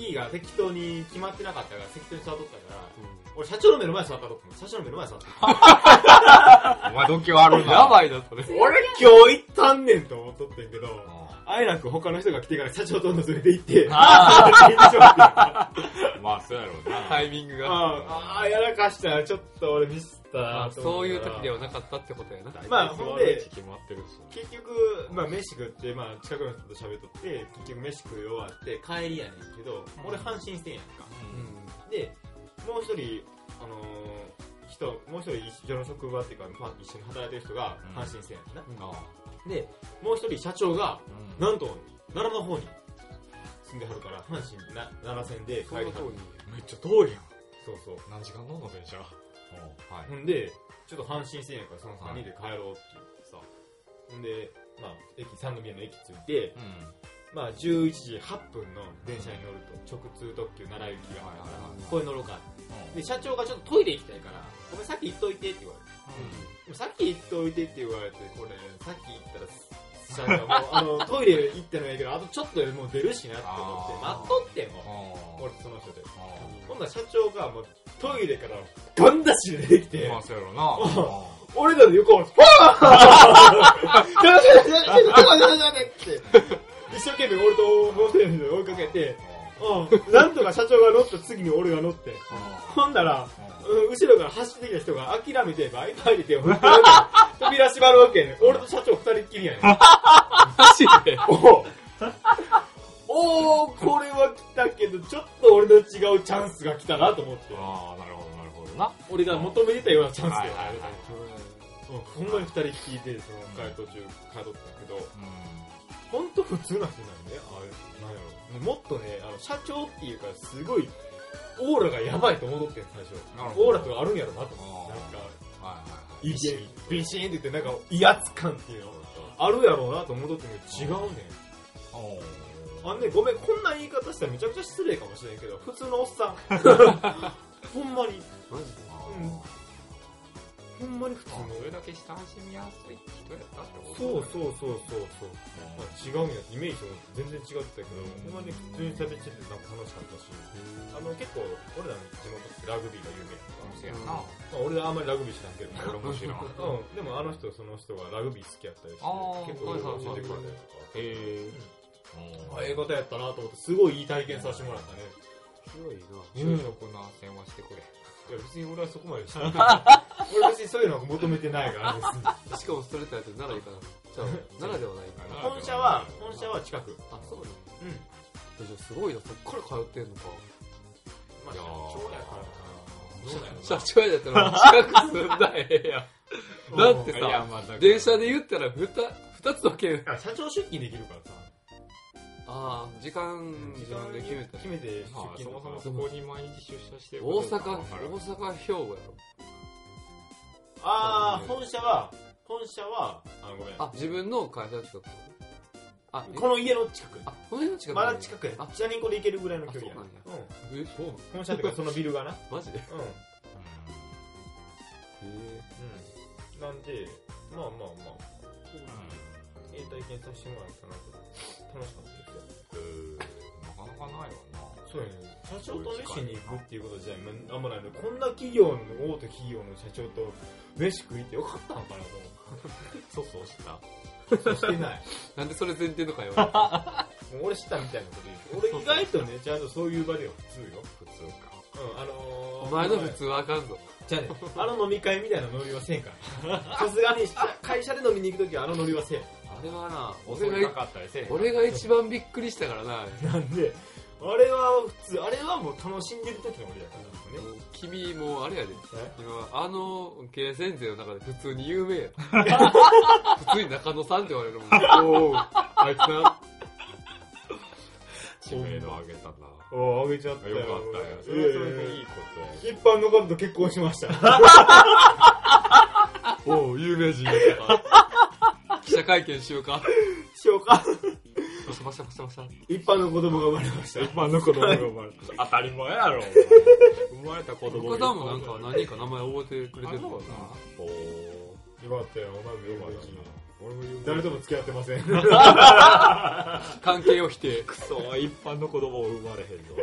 Speaker 1: 席が適当に決まってなかったから、適当に座っとったから、
Speaker 4: んうん
Speaker 1: 俺社長の目の前に座ったと思って、社長の目の前に座った。
Speaker 3: お前、度胸あるな。
Speaker 4: やばいなそれ
Speaker 1: 俺今日行ったんねんと思っとってんけど、
Speaker 3: あ
Speaker 1: あえなく他の人が来てから社長どんどん連れて行って、あ
Speaker 3: あ
Speaker 1: あ
Speaker 3: まあ、そうやろうな。
Speaker 4: タイミングが
Speaker 1: あー、やらかした。ちょっと俺ミスった
Speaker 4: あ
Speaker 1: なと思
Speaker 4: そういう
Speaker 1: から
Speaker 4: 時ではなかったってことやな
Speaker 1: まあほんで
Speaker 3: 決まってるし。
Speaker 1: 結局、まあ飯食って、まあ近くの人と喋っとって、結局飯食い終わって帰りやねんけど、俺阪神戦やんか。
Speaker 4: う
Speaker 1: で、もう一人、あのー人、もう一人一緒の職場っていうか、まあ、一緒に働いてる人が
Speaker 3: うん
Speaker 1: 阪神戦やんな、
Speaker 3: ああ。
Speaker 1: で、もう一人社長が、
Speaker 3: うん
Speaker 1: なんと、奈良の方に住んではるから、阪神な奈良線で帰
Speaker 4: そ
Speaker 1: り
Speaker 4: の
Speaker 1: はる
Speaker 4: 方。に
Speaker 3: めっちゃ遠いやん。
Speaker 1: そうそう。
Speaker 3: 何時間乗んの電車。はい
Speaker 1: ほんで、ちょっと阪神戦やから、その3人で帰ろうって言ってさ。ほんで、まあ、駅、三宮の駅着いて、
Speaker 3: うん。
Speaker 1: まあ、11時8分の電車に乗ると、直通特急奈良行きがあるか
Speaker 3: はいはいはい
Speaker 1: ら、これ乗ろうかって。で、社長がちょっとトイレ行きたいから、ごめん、先行っといてって言われて。でもさっき言っておいてって言われて、これ、さっき言ったら、なんかもう、あの、トイレ行ってのやけど、あとちょっとでもう出るしなって思って、
Speaker 3: あ
Speaker 1: 待っ
Speaker 3: ー
Speaker 1: とってんもん。
Speaker 3: うん。
Speaker 1: 俺、その人で。
Speaker 3: う
Speaker 1: ほんなら社長がもう、トイレからガンダッシュで出てき
Speaker 3: ん。
Speaker 1: て
Speaker 3: ま、あ、そうやろう
Speaker 1: 俺らの横を、ファーやめてやめてやめてやめてやめてって、一生懸命俺とモンテーで追いかけて、うん、なんとか社長が乗った次に俺が乗って、ほんなら、うん後ろから走ってきた人が諦めてバイバイで手を振って る扉閉まるわけやねん俺と社長二人っきりやねん
Speaker 4: マジで
Speaker 1: おうおーこれは来たけどちょっと俺の違うチャンスが来たなと思って
Speaker 3: な。ああ、なるほど、なるほどな。
Speaker 1: 俺が求めてたようなチャンス
Speaker 3: は
Speaker 1: だ
Speaker 3: い
Speaker 1: よ、
Speaker 3: はいはい。
Speaker 1: うんほんまに二人っきりでその帰途中帰っとったけど
Speaker 3: う
Speaker 1: 本当普通な人なんだよねあれなんやろもっとねあの社長っていうかすごいオーラがやばいと思っとってん最初
Speaker 3: なるほど
Speaker 1: オーラとかあるんやろなと思って
Speaker 3: あー
Speaker 1: なんか
Speaker 3: ん。はいはいはい。
Speaker 1: ビシンビシンって言ってなんか威圧感っていうのあるやろうなと思うとってんけど違うねん
Speaker 3: おー
Speaker 1: あんねごめんこんな言い方したらめちゃくちゃ失礼かもしれんけど普通のおっ さんほんまに
Speaker 4: マジで
Speaker 1: ほんまに普通の
Speaker 3: あそれだけ親しみやすい人やったってこと
Speaker 1: そうそうそうそうそう、まあ、違うんやイメージと全然違ってたけどほんまに普通に喋っててなんか楽しかったしあの結構俺らの地元ってラグビーが有名やんか
Speaker 3: う
Speaker 1: まあ、俺は
Speaker 4: うん
Speaker 3: やな、あ
Speaker 1: あんまりラグビーしないけど、
Speaker 3: 俺も知らん
Speaker 1: うん、でもあの人その人がラグビー好きやったりして
Speaker 3: あー
Speaker 1: 結構いろいろ教えてくれたりとかうん
Speaker 3: え
Speaker 1: あええ方やったなと思ってすごいいい体験させてもらったね
Speaker 4: 強い
Speaker 1: うん
Speaker 4: な
Speaker 3: ー就職の斡旋はしてくれ
Speaker 1: いや別に俺はそこまでしない から俺別にそういうのは求めてないから別に
Speaker 4: しかもストレートやって奈良行かなじゃあ奈良ではないかな
Speaker 1: 本社は本社は近くうん
Speaker 4: あそうねじゃあすごいなそっから通ってんのか
Speaker 1: まあ
Speaker 3: い
Speaker 1: 社
Speaker 3: やー
Speaker 1: 長やからなどうなんやろな
Speaker 4: 社長やったら近く住んだらええやんだって
Speaker 3: いや
Speaker 4: さ
Speaker 3: まあだから
Speaker 4: 電車で言ったら2つだけ
Speaker 1: あ社長出勤できるからさ
Speaker 4: ああ時間自分で決めたら
Speaker 1: 決めて出
Speaker 3: まあそ
Speaker 1: 勤
Speaker 3: も
Speaker 1: だ
Speaker 3: そ
Speaker 1: か
Speaker 3: も
Speaker 1: ら
Speaker 3: そこに毎日出社してる
Speaker 4: 大
Speaker 3: かどうか
Speaker 4: 阪
Speaker 3: わからん
Speaker 4: 大阪兵庫やろ
Speaker 1: ああ本社は本社はあごめん
Speaker 4: あ自分の会社ってことあえ
Speaker 1: この家の近く
Speaker 4: あこの辺の近く
Speaker 1: まだ近くや
Speaker 4: あ
Speaker 1: チャリンコで行けるぐらいの距離や
Speaker 4: あそう
Speaker 1: うん
Speaker 4: えそうなの
Speaker 1: 本社っていうかそのビルがな
Speaker 4: マジでへ
Speaker 1: うん
Speaker 4: え
Speaker 1: うんなんでまあまあまあええ体験させてもらったなと楽しかったですよ
Speaker 3: うんなかなかないわな
Speaker 1: そうやね社長と飯に行くっていうこと自体あんまないのでこんな企業の大手企業の社長と飯食いってよかったのかなと
Speaker 3: そうそうした
Speaker 1: 思うしてない
Speaker 4: なんでそれ前提の会話
Speaker 1: もう俺知ったみたいなこと言う俺意外とねちゃんとそういう場では普通よ
Speaker 3: 普通か
Speaker 1: うんあのー、
Speaker 4: お前の普通はあかんぞ
Speaker 1: じゃあねあの飲み会みたいなノリはせんからさすがに会社で飲みに行く時はあのノリはせん
Speaker 4: あれはな
Speaker 3: 遅
Speaker 4: 俺
Speaker 3: いな
Speaker 4: が
Speaker 3: かったりせえへん
Speaker 4: 俺が一番びっくりしたからな
Speaker 1: なんで、あれは普通、あれはもう楽しんでる時の俺やからね。
Speaker 4: 君もうあれやで
Speaker 1: え
Speaker 4: 今あの経営戦税の中で普通に有名や普通に中野さんって言われるもんおおあいつな
Speaker 3: 知名度上げたな
Speaker 1: ああ、あげちゃった
Speaker 3: よ
Speaker 1: よ。
Speaker 3: かったよそ
Speaker 1: え
Speaker 3: れはそれでいいことや
Speaker 1: え一般の方と結婚しました。
Speaker 4: おお有名人やから記者会見しようか
Speaker 1: しようか。
Speaker 4: バシャバシャバシャバシャ
Speaker 1: 一般の子供が生まれました。
Speaker 3: 一般の子供が生まれた当たり前やろお 前生まれた子供
Speaker 4: 岡田もなんか何人か名前覚えてくれて
Speaker 3: あ
Speaker 4: る
Speaker 3: そう
Speaker 4: も
Speaker 3: だ
Speaker 4: ん
Speaker 3: な
Speaker 4: な
Speaker 3: おー
Speaker 1: よかったよ、お前もよかったな
Speaker 3: 俺も言う
Speaker 1: 誰とも付き合ってません。
Speaker 4: 関係を否定
Speaker 3: そう一般の子供生まれへんぞ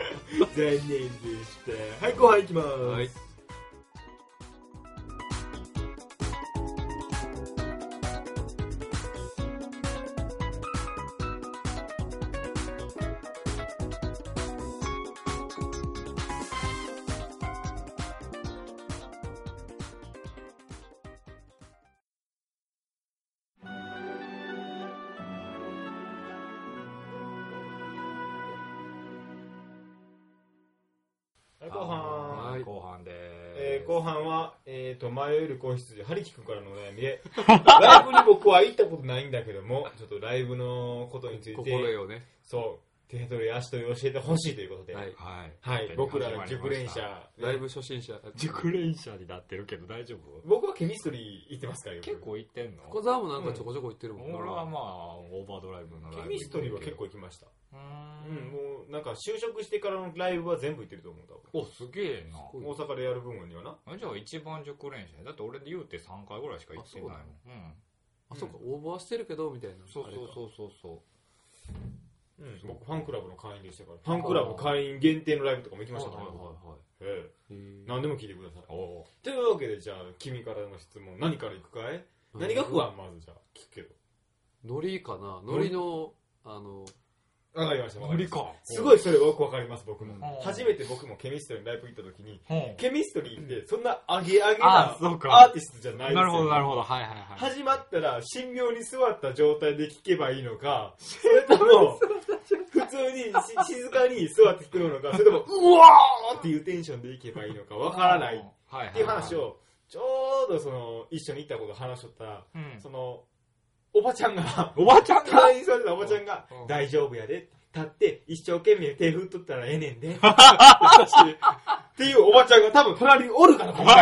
Speaker 1: 残念でした。はい、後半いきます。
Speaker 4: はい
Speaker 1: はい後半。
Speaker 4: はい
Speaker 3: 後半でー
Speaker 1: え
Speaker 3: す
Speaker 1: ー後半は、えー、と迷える子羊、ハリキ君からのお悩み で、ライブに僕は行ったことないんだけども、ちょっとライブのことについ
Speaker 4: 心
Speaker 1: て、
Speaker 4: 得をね
Speaker 1: そう、手取り足取り教えてほしいということで、
Speaker 4: はい
Speaker 3: はい
Speaker 1: はい、僕らの熟練者。
Speaker 4: だいぶ初心者
Speaker 3: 熟練者になってるけど大丈夫
Speaker 1: 僕はケミストリー行ってますからよく
Speaker 3: 結構行ってんの
Speaker 4: 小沢もなんかちょこちょこ言ってるもんな
Speaker 3: 俺はまあオーバードライブのライブ
Speaker 1: ケミストリーは結構行きました。
Speaker 3: う
Speaker 1: うん、
Speaker 3: ん
Speaker 1: もうなんか就職してからのライブは全部行ってると思う、
Speaker 3: おすげえな
Speaker 1: 多分。大阪でやる部分にはな。
Speaker 3: じゃあ一番熟練者だって俺で言うて3回ぐらいしか行ってないもん
Speaker 4: あ
Speaker 3: うん
Speaker 4: あそうか応募はしてるけどみたいな
Speaker 3: そうそう
Speaker 4: う
Speaker 3: そうそうそう
Speaker 1: うん、僕ファンクラブの会員でしたから、ファンクラブ会員限定のライブとかも行きましたから、
Speaker 3: はいはいは
Speaker 1: え
Speaker 4: へ
Speaker 1: え
Speaker 4: ー
Speaker 1: 何でも聞いてください。
Speaker 3: おお
Speaker 1: というわけでじゃあ君からの質問何からいくかい、何が不安まずじゃあ聞くけど
Speaker 4: ノリかなノリのあの
Speaker 1: わかりましたわりました
Speaker 3: か
Speaker 1: すごいそれよくわかります僕も、
Speaker 3: うん
Speaker 1: 初めて僕もケミストリーのライブ行った時に
Speaker 3: うん
Speaker 1: ケミストリーってそんなアゲアゲな
Speaker 3: あそう
Speaker 1: アー
Speaker 3: か
Speaker 1: ティストじゃないですよ
Speaker 3: なるほどなるほどはいはいはい
Speaker 1: 始まったら神妙に座った状態で聞けばいいの かそれとも普通にし静かに座って聞くのかそれともうわーっていうテンションでいけばいいのかわからないっ
Speaker 3: はいはい
Speaker 1: ていう話をちょうどその一緒に行ったこと話しとった
Speaker 3: うん
Speaker 1: その、おばちゃんが、
Speaker 3: おばちゃんが
Speaker 1: 会員されたおばちゃんが
Speaker 3: うん、
Speaker 1: 大丈夫やで、立って、一生懸命手振っとったらええねん で、っていうおばちゃんが多分隣におるから、今回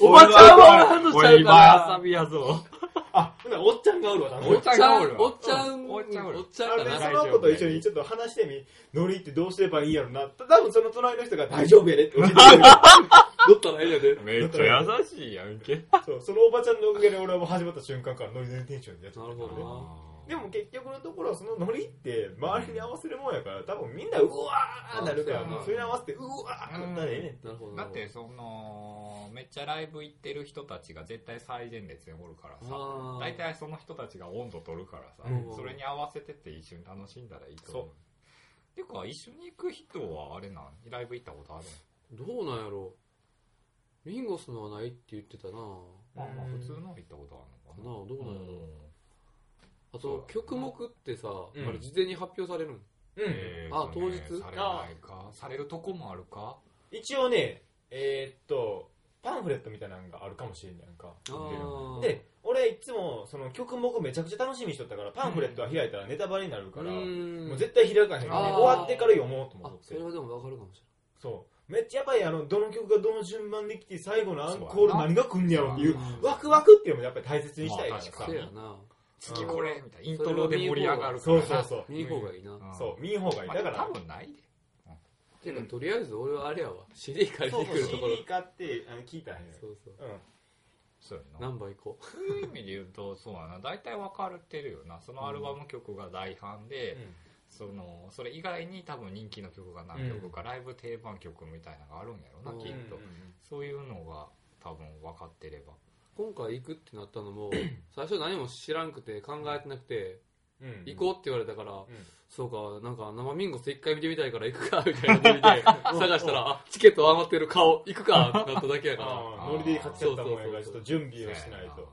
Speaker 4: おばちゃんはおらんのちゃうかな
Speaker 3: 俺今遊びやぞ
Speaker 1: あ、なおっちゃんがおるわ、多分
Speaker 4: おっちゃ
Speaker 3: おっちゃんお
Speaker 4: ん
Speaker 3: る、わ
Speaker 4: おっちゃん、
Speaker 3: おっちゃんおる
Speaker 4: おっちゃん
Speaker 1: あ
Speaker 4: か
Speaker 1: れ
Speaker 4: な。
Speaker 1: その子と一緒にちょっと話してみ、ノリってどうすればいいんやろな。た多分その隣の人が大丈夫やでって教えてくれる。
Speaker 4: 乗ったらええやで。
Speaker 3: めっちゃ優しいやんけ。
Speaker 1: そう、そのおばちゃんのおかげで俺はもう始まった瞬間からノリ全テンションでやっちゃったから
Speaker 4: なる
Speaker 1: ね
Speaker 4: ほどな
Speaker 1: でも結局のところはそのノリって周りに合わせるもんやから、多分みんなうわーなるから、
Speaker 4: あそうやな
Speaker 1: もうそれに合わせてうわーなったらええねん。
Speaker 4: なるほど。
Speaker 3: だって、その、めっちゃライブ行ってる人たちが絶対最前列におるからさ。
Speaker 4: あー
Speaker 3: 大体その人たちが温度取るからさ、
Speaker 4: うん
Speaker 3: それに合わせてって一緒に楽しんだらいいと思う。てか、一緒に行く人はあれなんライブ行ったことある
Speaker 4: どうなんやろう。ミンゴスのはないって言ってたな。か
Speaker 3: まあまあ
Speaker 1: うん
Speaker 3: 普通の行ったことあ
Speaker 4: な
Speaker 3: るのかな。
Speaker 4: どうなんやろう。あ
Speaker 3: そうだ
Speaker 4: と
Speaker 3: な、
Speaker 4: 曲目ってさ、
Speaker 1: うん
Speaker 4: あれ事前に発表されるん
Speaker 1: うん
Speaker 3: えー
Speaker 4: あ
Speaker 3: とね
Speaker 4: 当日
Speaker 3: されないかされるとこもあるか
Speaker 1: 一応ね、えーっと、パンフレットみたいなのがあるかもしれんやんか。
Speaker 4: あー
Speaker 1: で、俺いつもその曲目めちゃくちゃ楽しみにしとったから、パンフレットは開いたらネタバレになるから、
Speaker 4: ん
Speaker 1: もう絶対開かへんからね
Speaker 4: あー
Speaker 1: 終わってから読もうと
Speaker 4: あ
Speaker 1: 思っ、
Speaker 4: そ
Speaker 1: て
Speaker 4: れ。はでもわかるかもし
Speaker 1: そう。めっちゃやっぱりあの、どの曲がどの順番で来て、最後のアンコール
Speaker 3: そうやな
Speaker 1: 何が来んねやろっていう
Speaker 4: そうや、な
Speaker 1: ワクワクっていうのもやっぱり大切にしたいから
Speaker 3: まあ
Speaker 1: さ
Speaker 4: れない。
Speaker 3: 確かに
Speaker 4: せやな。
Speaker 3: 次これみたいなイン
Speaker 4: それ
Speaker 3: ト
Speaker 4: は
Speaker 3: ロで盛り上がるから
Speaker 1: 見る方がそうそう
Speaker 4: 見方がいいな。
Speaker 3: ん
Speaker 1: そう、見ん方がいい。
Speaker 3: まあ
Speaker 1: だから、
Speaker 3: 多分ないで
Speaker 4: てか、とりあえず俺はあれやわ。CD 借り
Speaker 1: そうそ
Speaker 4: てく
Speaker 1: う、
Speaker 4: るところ
Speaker 1: CD。買って、あの、聞いたらへんよ。
Speaker 4: そうそう。
Speaker 1: うん。
Speaker 3: そうやな
Speaker 4: 何番行こ
Speaker 3: そういう意味で言うとそうやな大体分かれてるよなそのアルバム曲が大半で、そのそれ以外に多分人気の曲が何曲か、ライブ定番曲みたいなのがあるんやろな、
Speaker 4: うん
Speaker 3: きっと、そういうのが多分分かってれ
Speaker 4: う。
Speaker 3: ば
Speaker 4: 今回行くってなったのも、最初何も知らんくて、考えてなくて、
Speaker 1: うん。うん
Speaker 4: 行こうって言われたから、
Speaker 1: ん
Speaker 4: そうか、なんか生ミンゴス一回見てみたいから行くか、みたい なので見て、探したら、あ、チケット余ってる顔、行くか、ってなっただけやか
Speaker 1: あーノリで買っちゃったもんやか
Speaker 4: そうそうそう
Speaker 1: ら、ち
Speaker 4: そ
Speaker 1: ょ
Speaker 4: う
Speaker 1: っと準備をしないと。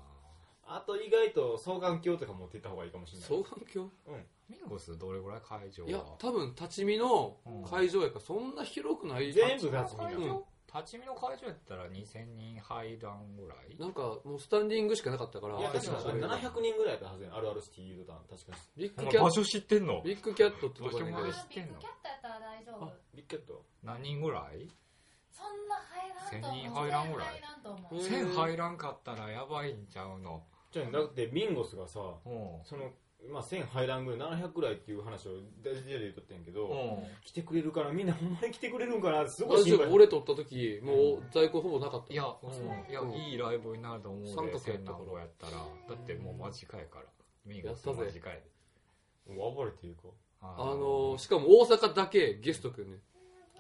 Speaker 1: あと意外と双眼鏡とか持っていった方がいいかもし
Speaker 4: ら。
Speaker 1: れない。
Speaker 4: 双眼鏡
Speaker 3: ミンゴスどれぐらい会場はい
Speaker 4: や、多分立ち見の会場やから、そんな広くない。
Speaker 1: 全部
Speaker 3: 立
Speaker 1: が
Speaker 3: ち
Speaker 1: 集み
Speaker 3: 見の
Speaker 1: なの。
Speaker 3: 会場、
Speaker 4: うん
Speaker 3: 立ち見の会場やったら2000人入らんぐらい
Speaker 4: なんかもうスタンディングしかなかったから、
Speaker 1: いや、確か
Speaker 4: そういう
Speaker 1: 700人ぐらいだったはずやん。あるあるシティユードタウン。確かに。
Speaker 4: ビッグ
Speaker 3: お
Speaker 4: キャッ
Speaker 3: 前場
Speaker 4: ト、
Speaker 3: 所知ってんの
Speaker 4: ビッグキャットってとこやねんけ
Speaker 5: あ
Speaker 4: ど
Speaker 5: ビ
Speaker 3: 場
Speaker 5: ッグ
Speaker 3: 所知ってんの
Speaker 5: キャットやったら大丈夫
Speaker 4: あ
Speaker 1: ビッグキャット
Speaker 3: 何人ぐらい
Speaker 5: そんな入らんと思
Speaker 3: 千
Speaker 5: う
Speaker 3: 人入らんぐらい
Speaker 5: 入らんと思う
Speaker 4: へー
Speaker 3: 1000入らんかったらやばいんちゃうの
Speaker 1: じゃあ、だってミンゴスがさ、
Speaker 3: うん
Speaker 1: その、まあ、1000入らんぐらい、700ぐらいっていう話を大事で言っとったんやけど、
Speaker 3: うん
Speaker 1: 来てくれるから、みんなほんまに来てくれるんかなってすごい
Speaker 4: 私
Speaker 1: 心配。
Speaker 4: 俺撮った時、もう在庫ほぼなかった。
Speaker 3: いや、
Speaker 4: あそう
Speaker 3: うんいや
Speaker 4: うん
Speaker 3: いいライブになると思うで
Speaker 4: 三角やったから
Speaker 3: 千何本やったらだってもう間近やからミー
Speaker 4: や
Speaker 3: ゴ
Speaker 4: っ
Speaker 3: ス
Speaker 4: た
Speaker 3: 間
Speaker 4: ぜ
Speaker 3: 近やで
Speaker 1: もう暴れていうか。
Speaker 3: あ
Speaker 4: あのー、しかも大阪だけゲストくんね。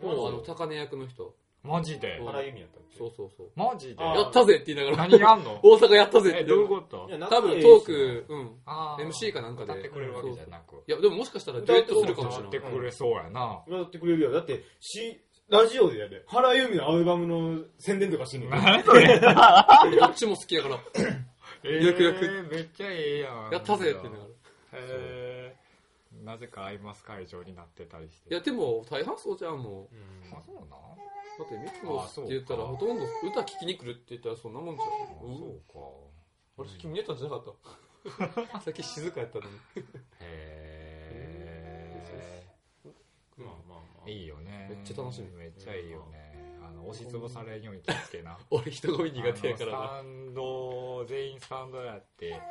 Speaker 4: もうあの、高根役の人。
Speaker 3: マジで
Speaker 4: うん
Speaker 1: 原由美やったっけ
Speaker 4: そうそうそう。
Speaker 3: マジで
Speaker 1: あ
Speaker 4: やったぜって言いながら、
Speaker 3: 何やんの
Speaker 4: 大阪やったぜって
Speaker 3: え
Speaker 4: 言
Speaker 3: ど
Speaker 4: いうなが
Speaker 3: いう
Speaker 4: ら。
Speaker 3: こと
Speaker 1: や仲え
Speaker 4: 多分
Speaker 1: えし
Speaker 4: トーク、うん。
Speaker 3: あー
Speaker 4: MC かなんかで
Speaker 3: 歌ってくれるわけじゃなく
Speaker 4: いや、でももしかしたらデュエットするかもし
Speaker 3: 歌って
Speaker 4: れない。
Speaker 3: くれそうやな
Speaker 1: やってくれるよ。だって、し、ラジオでやで。原由美のアルバムの宣伝とかしんねん。
Speaker 3: 何それ
Speaker 4: どっちも好きやから、よくよく
Speaker 3: えーめっちゃええやん
Speaker 4: やったぜって言いながら。
Speaker 3: へーなぜかアイマス会場になってたりして
Speaker 4: いや、でも大半そうじゃん、もう。
Speaker 3: あそう
Speaker 4: だ
Speaker 3: な
Speaker 4: ってミクロスって言ったらほとんど歌聴きに来るって言ったらそんなもんじゃん。
Speaker 3: ん
Speaker 4: うん
Speaker 3: そう
Speaker 4: 俺君寝たんじゃなかった。 さっき静かやったのに。
Speaker 3: かへえ
Speaker 1: まあまあまあ。
Speaker 3: いいよね。
Speaker 4: めっちゃ楽しみ
Speaker 3: めっちゃいいよね。あの、押しつぶされんように気をつけな。
Speaker 4: 俺人混み 苦手やからな。
Speaker 3: あのスタンド、全員スタンドやって、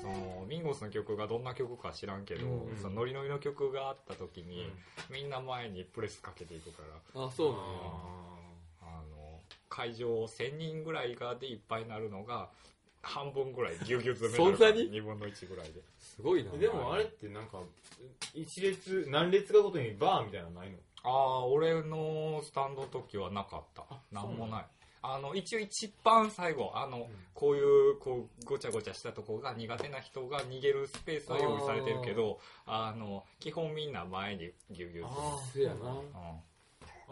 Speaker 3: その、ミンゴスの曲がどんな曲か知らんけど、
Speaker 4: うん
Speaker 3: そのノリノリの曲があった時に、
Speaker 1: うん
Speaker 3: みんな前にプレスかけていくから、
Speaker 4: あ、そうなのよ。
Speaker 3: あの、会場1000人ぐらいがでいっぱいになるのが、半分ぐらいギュギュ詰め
Speaker 4: そんなに
Speaker 3: ?2 分の1ぐらいで。
Speaker 4: すごいな。
Speaker 1: でもあれってなんか、一列、何列かごとにバーみたいなのないの
Speaker 3: ああ、俺のスタンドの時はなかった。なんもない。あの、一応一番最後、あの、こういう、こう、ごちゃごちゃしたとこが苦手な人が逃げるスペースは用意されてるけど、あの、基本みんな前にぎゅうぎゅうと。
Speaker 4: せやな。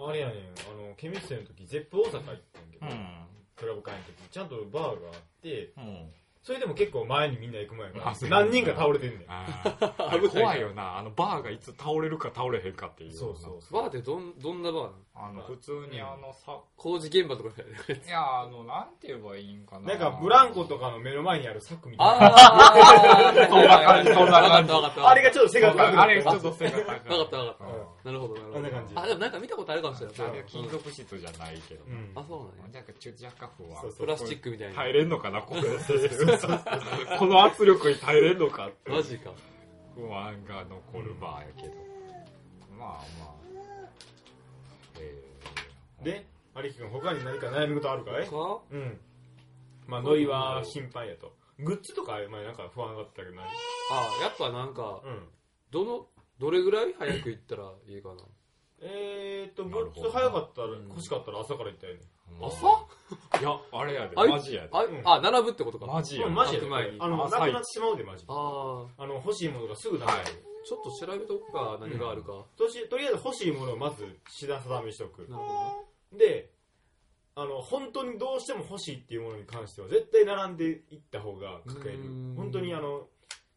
Speaker 1: あれやねん、あの、ケミッセの時、ゼップ大阪行ったんやけ
Speaker 3: う
Speaker 1: ど、
Speaker 3: ん。
Speaker 1: クラブ会の時、ちゃんとバーがあって、
Speaker 3: うん。うん。
Speaker 1: それでも結構前にみんな行く前か
Speaker 3: あそう
Speaker 1: ら、何人か倒れてんねん。
Speaker 3: あ ー怖いよな。あの、バーがいつ倒れるか倒れへんかっていう。
Speaker 1: そうそうそう。
Speaker 4: バーってどん、どんなバーなの
Speaker 3: あの、普通にあのさ、
Speaker 4: 工事現場とかやね。
Speaker 3: いや、あの、なんて言えばいいんかな。
Speaker 1: なんか、ブランコとかの目の前にある柵みたいな。
Speaker 4: あー、
Speaker 3: そんな感じそんな感じ
Speaker 4: わかったわかった。
Speaker 1: あれがちょっと背が高くな
Speaker 3: あれ、
Speaker 1: る
Speaker 3: ちょっと背 が高い。
Speaker 4: わかったわかっ
Speaker 3: うん
Speaker 4: た。なるほどなるほ
Speaker 1: あんな
Speaker 4: ど。
Speaker 1: 感じ。
Speaker 4: あ、でもなんか見たことあるかもしれない。
Speaker 3: あれは金属質じゃないけど、
Speaker 1: うん
Speaker 4: あ、そうなんや。
Speaker 3: なんか中若干不
Speaker 1: そう
Speaker 3: 安
Speaker 1: そう
Speaker 4: プラスチックみたいな。
Speaker 3: 入れんのかなこれ
Speaker 1: そうそう
Speaker 3: この圧力に耐えれんのかって
Speaker 4: マジか。
Speaker 3: 不安が残るバーやけど。まあまあ。えー、
Speaker 1: で、有木君、他に何か悩み事あるかい
Speaker 4: か
Speaker 1: うん。まあ、ノリは心配やと。グッズとか、前なんか不安だったけどない。
Speaker 4: あ、やっぱなんか、
Speaker 1: うん。
Speaker 4: どの、どれぐらい早く行ったらいいかな。
Speaker 1: えーっと、
Speaker 3: な
Speaker 1: グ
Speaker 3: る
Speaker 1: ッ
Speaker 3: ほど
Speaker 1: ズ早かったら
Speaker 4: うん、
Speaker 1: 欲しかったら朝から行ったよね。
Speaker 3: まあ
Speaker 4: 朝
Speaker 3: いや、あれやで。
Speaker 4: あい
Speaker 3: マジやで。
Speaker 4: あ
Speaker 1: うん、
Speaker 4: あ、並ぶってことか。
Speaker 3: マジ
Speaker 1: で
Speaker 3: や
Speaker 1: もマ
Speaker 3: で。
Speaker 1: ジで
Speaker 4: 開く前に。
Speaker 1: あの、なく
Speaker 3: 朝
Speaker 1: なっ
Speaker 3: 一
Speaker 1: てしまうで、マジで。
Speaker 4: あー
Speaker 1: あの、欲しいものがすぐなく
Speaker 3: は
Speaker 1: ないる。
Speaker 4: ちょっと調べとくか、何があるか。
Speaker 1: としとりあえず欲しいものをまず品定めしておく
Speaker 4: なるほどね
Speaker 1: であの本当にどうしても欲しいっていうものに関しては絶対並んでいった方が抱える
Speaker 4: うん
Speaker 1: 本当にあの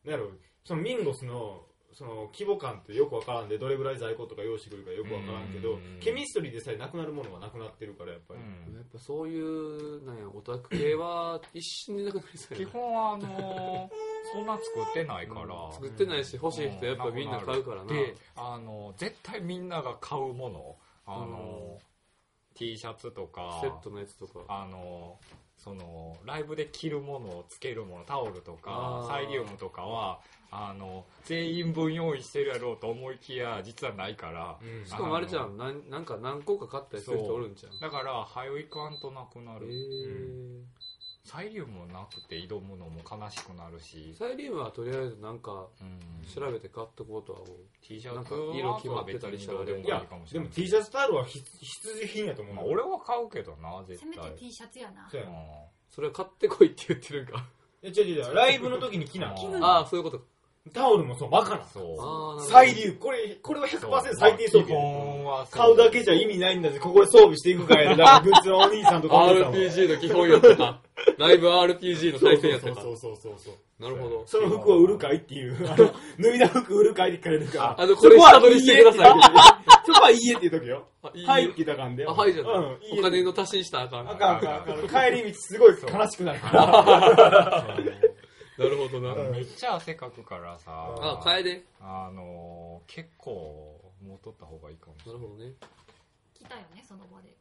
Speaker 1: なんやろそのミンゴスのその規模感ってよくわからんでどれぐらい在庫とか用意してくるかよくわからんけ
Speaker 3: う
Speaker 1: ど
Speaker 3: ん
Speaker 1: ケミストリーでさえなくなるものはなくなってるからやっぱ
Speaker 3: う
Speaker 1: り、
Speaker 3: ん
Speaker 4: やっぱそういう、なんや、オタク系は一瞬でなくなりそう
Speaker 3: 基
Speaker 4: やな。
Speaker 3: 本はあのー、そんな作ってないから。
Speaker 4: 作ってないし、欲しい人やっぱみんな買うからな。
Speaker 3: で、あの、絶対みんなが買うもの、あの、T シャツとか、
Speaker 4: セットのやつとか。
Speaker 3: あの、その、ライブで着るもの、つけるもの、タオルと
Speaker 4: あ
Speaker 3: か、
Speaker 4: ー
Speaker 3: サイリウムとかは、あの、全員分用意してるやろうと思いきや、実はないから、
Speaker 1: うん
Speaker 4: しかもあれじゃん、なんなんか何個か買ったりする人おるんじゃん。
Speaker 3: だから、早いかんとなくな
Speaker 4: え
Speaker 3: る。
Speaker 4: ー
Speaker 3: サイリウムなくて挑むのも悲しくなるし、
Speaker 4: サイリウムはとりあえずなんか
Speaker 3: うん、
Speaker 4: 調べて買っとこうとは思う。
Speaker 3: T シ
Speaker 4: な
Speaker 3: ャ
Speaker 4: んか
Speaker 3: ツは
Speaker 4: 色決まってたりしたら
Speaker 3: 別にどうでもい
Speaker 1: いや
Speaker 3: いかもし
Speaker 1: で
Speaker 3: れな
Speaker 1: も
Speaker 3: い。
Speaker 1: T シャツタオルは必必需品やと思う
Speaker 3: ま
Speaker 1: な
Speaker 3: あ、俺は買うけどな、絶
Speaker 5: せめて
Speaker 3: 対。
Speaker 5: T シャツやな
Speaker 1: そうやな
Speaker 3: う
Speaker 4: それは買ってこいって言ってるんか。
Speaker 1: え違う違う違うライブの時に着な
Speaker 3: 着な
Speaker 4: ああ、そういうことか。
Speaker 1: タオルもそうわからん
Speaker 3: んそう。
Speaker 4: ああ、
Speaker 1: 最
Speaker 4: ウ
Speaker 1: 流これこれは
Speaker 3: そう
Speaker 1: 100%最低装備
Speaker 3: 基
Speaker 1: やね
Speaker 3: 本はそう
Speaker 1: 買うだけじゃ意味ないんだぜ、ここで装備していくから やで、なんかグッズのお兄さんとかお姉さんは
Speaker 4: RPG の基本やったか。ライブ RPG の対戦やったか
Speaker 1: そ。うそうそうそうそう。
Speaker 4: なるほど。
Speaker 1: その服を売るかいって いう、あの、脱いだ服売るかいって聞かれるから。
Speaker 4: あの、これ下取りしてください。
Speaker 1: そこはいいえって言うときよ。
Speaker 4: あいいよ
Speaker 1: はいって言ったらあかんで。
Speaker 4: あ、はいじゃ
Speaker 1: う
Speaker 4: ない。
Speaker 1: ん、いいえ
Speaker 4: お金の足しにしたらあかん。
Speaker 1: あ
Speaker 4: な
Speaker 1: かんあかんあかん。帰り道すごい悲しくなるから。
Speaker 4: るほどな。
Speaker 1: うん
Speaker 3: めっちゃ汗かくからさ、
Speaker 4: あ、変えで。
Speaker 3: あのー、結構、もう取った方がいいかもし
Speaker 4: なる
Speaker 3: れない。
Speaker 4: ほどね。
Speaker 5: 来たよねその場で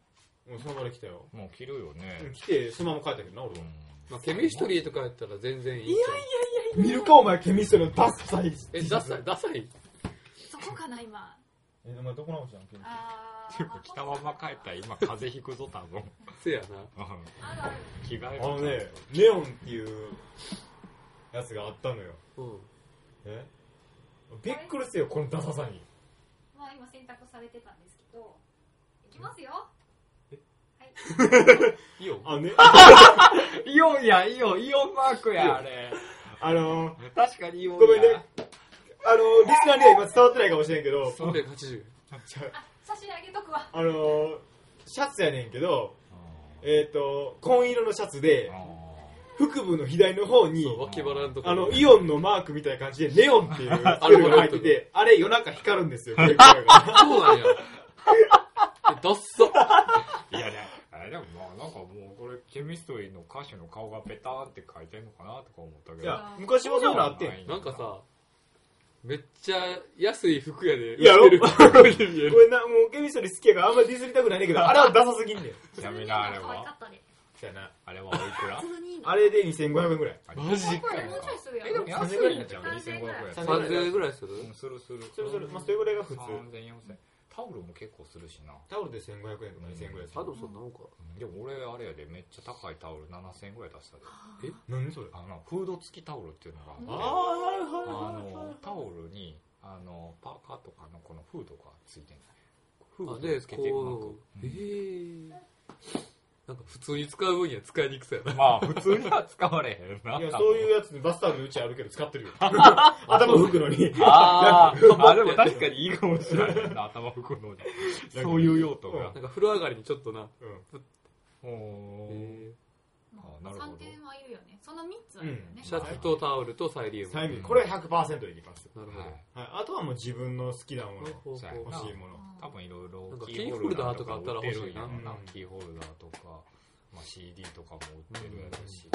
Speaker 1: もうその場で来たよ。
Speaker 3: もう着るよね。
Speaker 1: 来て、そのまま帰ったけどな、俺
Speaker 3: う
Speaker 1: は。
Speaker 3: ん
Speaker 4: まあ、ケミストリーとかやったら全然いいじゃん。
Speaker 1: 見るか、お前、ケミストのダッサい。
Speaker 4: え、ダサい、ダサい
Speaker 5: そこかな今
Speaker 1: え、お前どこ直したんケミ
Speaker 5: あ
Speaker 3: ていう か、着たまま帰ったら今風邪ひくぞ、多分。
Speaker 4: せや
Speaker 3: うん
Speaker 5: あら
Speaker 3: 着替え
Speaker 1: あ
Speaker 3: る
Speaker 1: のね、ネオンっていうやつがあったのよ。
Speaker 4: な。うん。
Speaker 1: えびっくりするよ、このダサさに。
Speaker 5: まあ今選択されてたんですけどいきますよは
Speaker 4: い
Speaker 5: い
Speaker 4: いよ。
Speaker 1: あ、ね、
Speaker 3: イオンや、イオン、イオンマークや、あれ。
Speaker 1: あのー、
Speaker 3: 確かにイオン
Speaker 1: ごめんね。あのー、リスナーには今伝わってないかもしれんけど、
Speaker 4: 380円。
Speaker 1: ちゃ
Speaker 5: あ差し上げとくわ
Speaker 1: あのー、シャツやねんけど、えっ、と、紺色のシャツで
Speaker 3: うん、
Speaker 1: 腹部の左の方に、
Speaker 4: そう、脇腹のとこ
Speaker 1: あの、
Speaker 4: ろ。
Speaker 1: イオンのマークみたいな感じで、ネオンっていう
Speaker 4: あ
Speaker 1: あ
Speaker 4: れ
Speaker 1: れが入ってて、あれ夜中光るん ですよ、蛍光灯が
Speaker 4: そうなんや。えダッサ。
Speaker 3: いやね、あれでもまあなんかもうこれ、ケミストリーの歌手の顔がペターンって書いてんのかなとか思ったけど。
Speaker 1: いや、昔もそういうのあってん。こ
Speaker 4: なんかさ、めっちゃ安い服やで。
Speaker 1: やろ
Speaker 4: 売ってる服に見える
Speaker 1: れな、もうケミストリー好きやからあんまりディスりたくないねんけど、あれはダサすぎんねん。
Speaker 3: ちなみにあれ
Speaker 5: 可愛か
Speaker 3: は、
Speaker 5: ったで
Speaker 1: そうやな。
Speaker 3: あれはおいくら
Speaker 5: 12
Speaker 1: あれで2500円ぐらい。
Speaker 4: マジ
Speaker 5: こ
Speaker 4: か
Speaker 5: れ
Speaker 4: よ
Speaker 5: もうちょいする
Speaker 3: え、で
Speaker 5: よ
Speaker 3: も安いんちゃう
Speaker 5: 3000
Speaker 3: ?2500 円。
Speaker 1: 3000
Speaker 4: 3000円ぐらいする
Speaker 3: うん、するする。
Speaker 1: それそれ、まあ、それぐらいが普通。
Speaker 3: 3000、4000。タオルも結構するしな。
Speaker 1: タオルで1500円とか2000円ぐらいす
Speaker 4: あ
Speaker 1: る。
Speaker 4: とそんなもんか。
Speaker 3: でも俺、あれやで、めっちゃ高いタオル7000円ぐらい出したで。
Speaker 1: 何それ
Speaker 3: あの、フード付きタオルっていうの
Speaker 1: あ
Speaker 3: が
Speaker 1: あ、
Speaker 3: あって、
Speaker 1: はいはい
Speaker 3: あ
Speaker 1: はいはい
Speaker 3: の、。タオルに、あの、パーカーとかのこのフードが付いてんのフ
Speaker 4: あ
Speaker 3: ード
Speaker 4: で、
Speaker 3: をつけてうま
Speaker 4: こう、
Speaker 3: く
Speaker 4: え。ー。なんか普通に使う分には使いにくそうやな。
Speaker 3: まあ、普通には使われへんな。。
Speaker 1: いや、そういううやつでバスタオルうちあるけど使 ってるよ。頭拭くのに。
Speaker 3: あーあ、でも確かにいいかもしれないな、頭拭くのに。そういう用途が
Speaker 1: う
Speaker 4: なん。か風呂上がりにちょっとな。
Speaker 3: おー
Speaker 4: え
Speaker 3: あなるほど
Speaker 5: 3点はいるよねその3つあるよね
Speaker 1: うん
Speaker 4: ーシャツとタオルとサイリウム。な
Speaker 1: 最
Speaker 4: る
Speaker 1: 後にこれは100%いきます。
Speaker 4: ほど。
Speaker 3: はい
Speaker 1: はい、あとはもう自分の好きなもの、
Speaker 4: ほうほうほう
Speaker 1: 欲しいもの。
Speaker 3: 多分いろいろ
Speaker 4: なんかキーホルダーとかあったら欲しいな
Speaker 3: 売ってるんやろ
Speaker 1: うん
Speaker 3: キーホルダーとか、まあ、CD とかも売ってるやろし、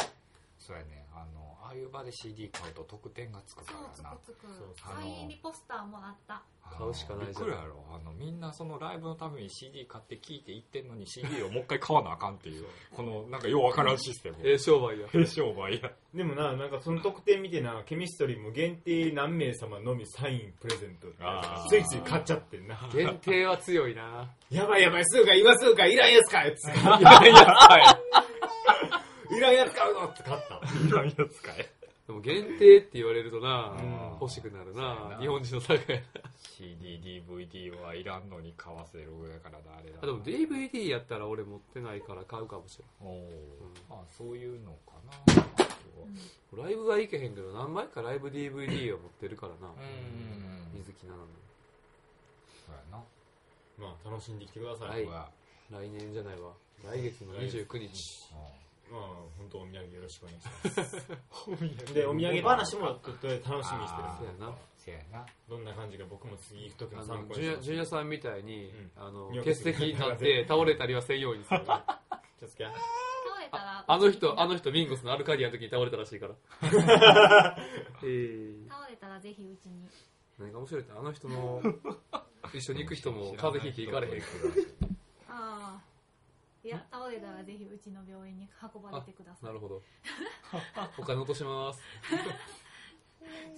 Speaker 3: そうやねあのああいう場で CD 買うと特典がつくか
Speaker 5: そうつ
Speaker 3: らな
Speaker 5: くつく
Speaker 1: そうそう
Speaker 5: サイン入りポスターもらった
Speaker 3: あの
Speaker 4: 買うしかないじゃん
Speaker 3: びっくりやろあのみんなそのライブのために CD 買って聴いていってんのに CD をもう一回買わなあかんっていうこのなんかようわからんシステム
Speaker 4: ええ商売や。
Speaker 3: え商売や
Speaker 1: でもな、なんかその特典見てな、ケミストリーも限定何名様のみサインプレゼントって
Speaker 3: あー
Speaker 1: ついつい買っちゃってんな。
Speaker 4: 限定は強いな。
Speaker 1: やばいやばい、すうか今すうか、いらんやつかいつって
Speaker 3: いらんやつか
Speaker 1: いらんやつ買うぞって買った。
Speaker 3: いいらんやつかい
Speaker 4: でも限定って言われるとな
Speaker 1: うん、
Speaker 4: 欲しくなる
Speaker 3: そうや
Speaker 4: な
Speaker 3: な。
Speaker 4: 日本人の差が。
Speaker 3: CDDVD はいらんのに買わせるやからだあれだ
Speaker 4: あでも DVD やったら俺持ってないから買うかもしれ
Speaker 3: おーまあそういうのかな
Speaker 4: ない。ライブは行けへんけど、何枚かライブ DVD を持ってるからな。
Speaker 3: うん
Speaker 4: 水木奈
Speaker 3: そうやな
Speaker 1: まあ、楽しんできてください。
Speaker 4: はい
Speaker 3: そうや
Speaker 4: 々の。来年じゃないわ。来月の29日。
Speaker 1: まあ、本当お土産よろしくお願いし
Speaker 3: うん
Speaker 1: ます。で、お土産話もちょっと楽しみにしてる
Speaker 3: あ
Speaker 4: そうやな。
Speaker 3: せやな
Speaker 1: どんな感じか僕も次行くとき
Speaker 4: あ
Speaker 1: の参
Speaker 4: の
Speaker 1: 考に
Speaker 4: ジュ
Speaker 1: し
Speaker 4: ニ
Speaker 1: ま
Speaker 4: ア
Speaker 1: す
Speaker 4: ジュニアさんみたいに、
Speaker 1: うん
Speaker 4: あの
Speaker 1: 尿
Speaker 4: 欠
Speaker 1: 欠
Speaker 4: 席になって倒れたりはせんようにするあ
Speaker 1: 気をつけや
Speaker 5: 倒れたら
Speaker 4: あの人あの人ミンゴスのアルカディアの時に倒れたらしいから えー
Speaker 5: 倒れたらぜひうちに
Speaker 4: 何が面白いってあの人も一緒に行く人も風邪ひいて行かれへん
Speaker 5: ああいや倒れたらぜひうちの病院に運ばれてください
Speaker 4: なるほどお金落とします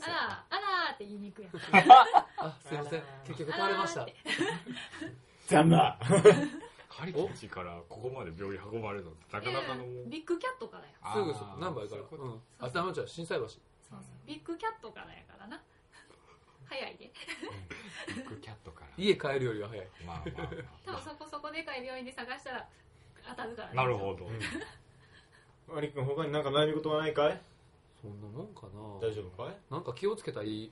Speaker 5: あらあらーって言い に行くやん
Speaker 4: あすいません結局倒れまし
Speaker 5: あ
Speaker 4: た
Speaker 5: らーって
Speaker 1: ざま
Speaker 3: ハリケーンからここまで病院運ばれるのってなかなかのも
Speaker 5: ビッグキャットからや
Speaker 4: すぐそ何倍か
Speaker 3: そうい
Speaker 4: ら
Speaker 3: うこ
Speaker 4: う
Speaker 3: と
Speaker 4: んあダメじゃん心斎橋
Speaker 5: そうそうビッグキャットからやからな 早いで
Speaker 3: ビッグキャットから
Speaker 4: 家帰るよりは早い
Speaker 3: まあまあ
Speaker 5: 多分そこそこでかい病院で探したら当たるから、ね、
Speaker 3: なるほど
Speaker 1: あ。アリ君、他になんか悩み事はないかい
Speaker 4: そんなもんかな
Speaker 1: 大丈夫かい
Speaker 4: なんか気をつけたい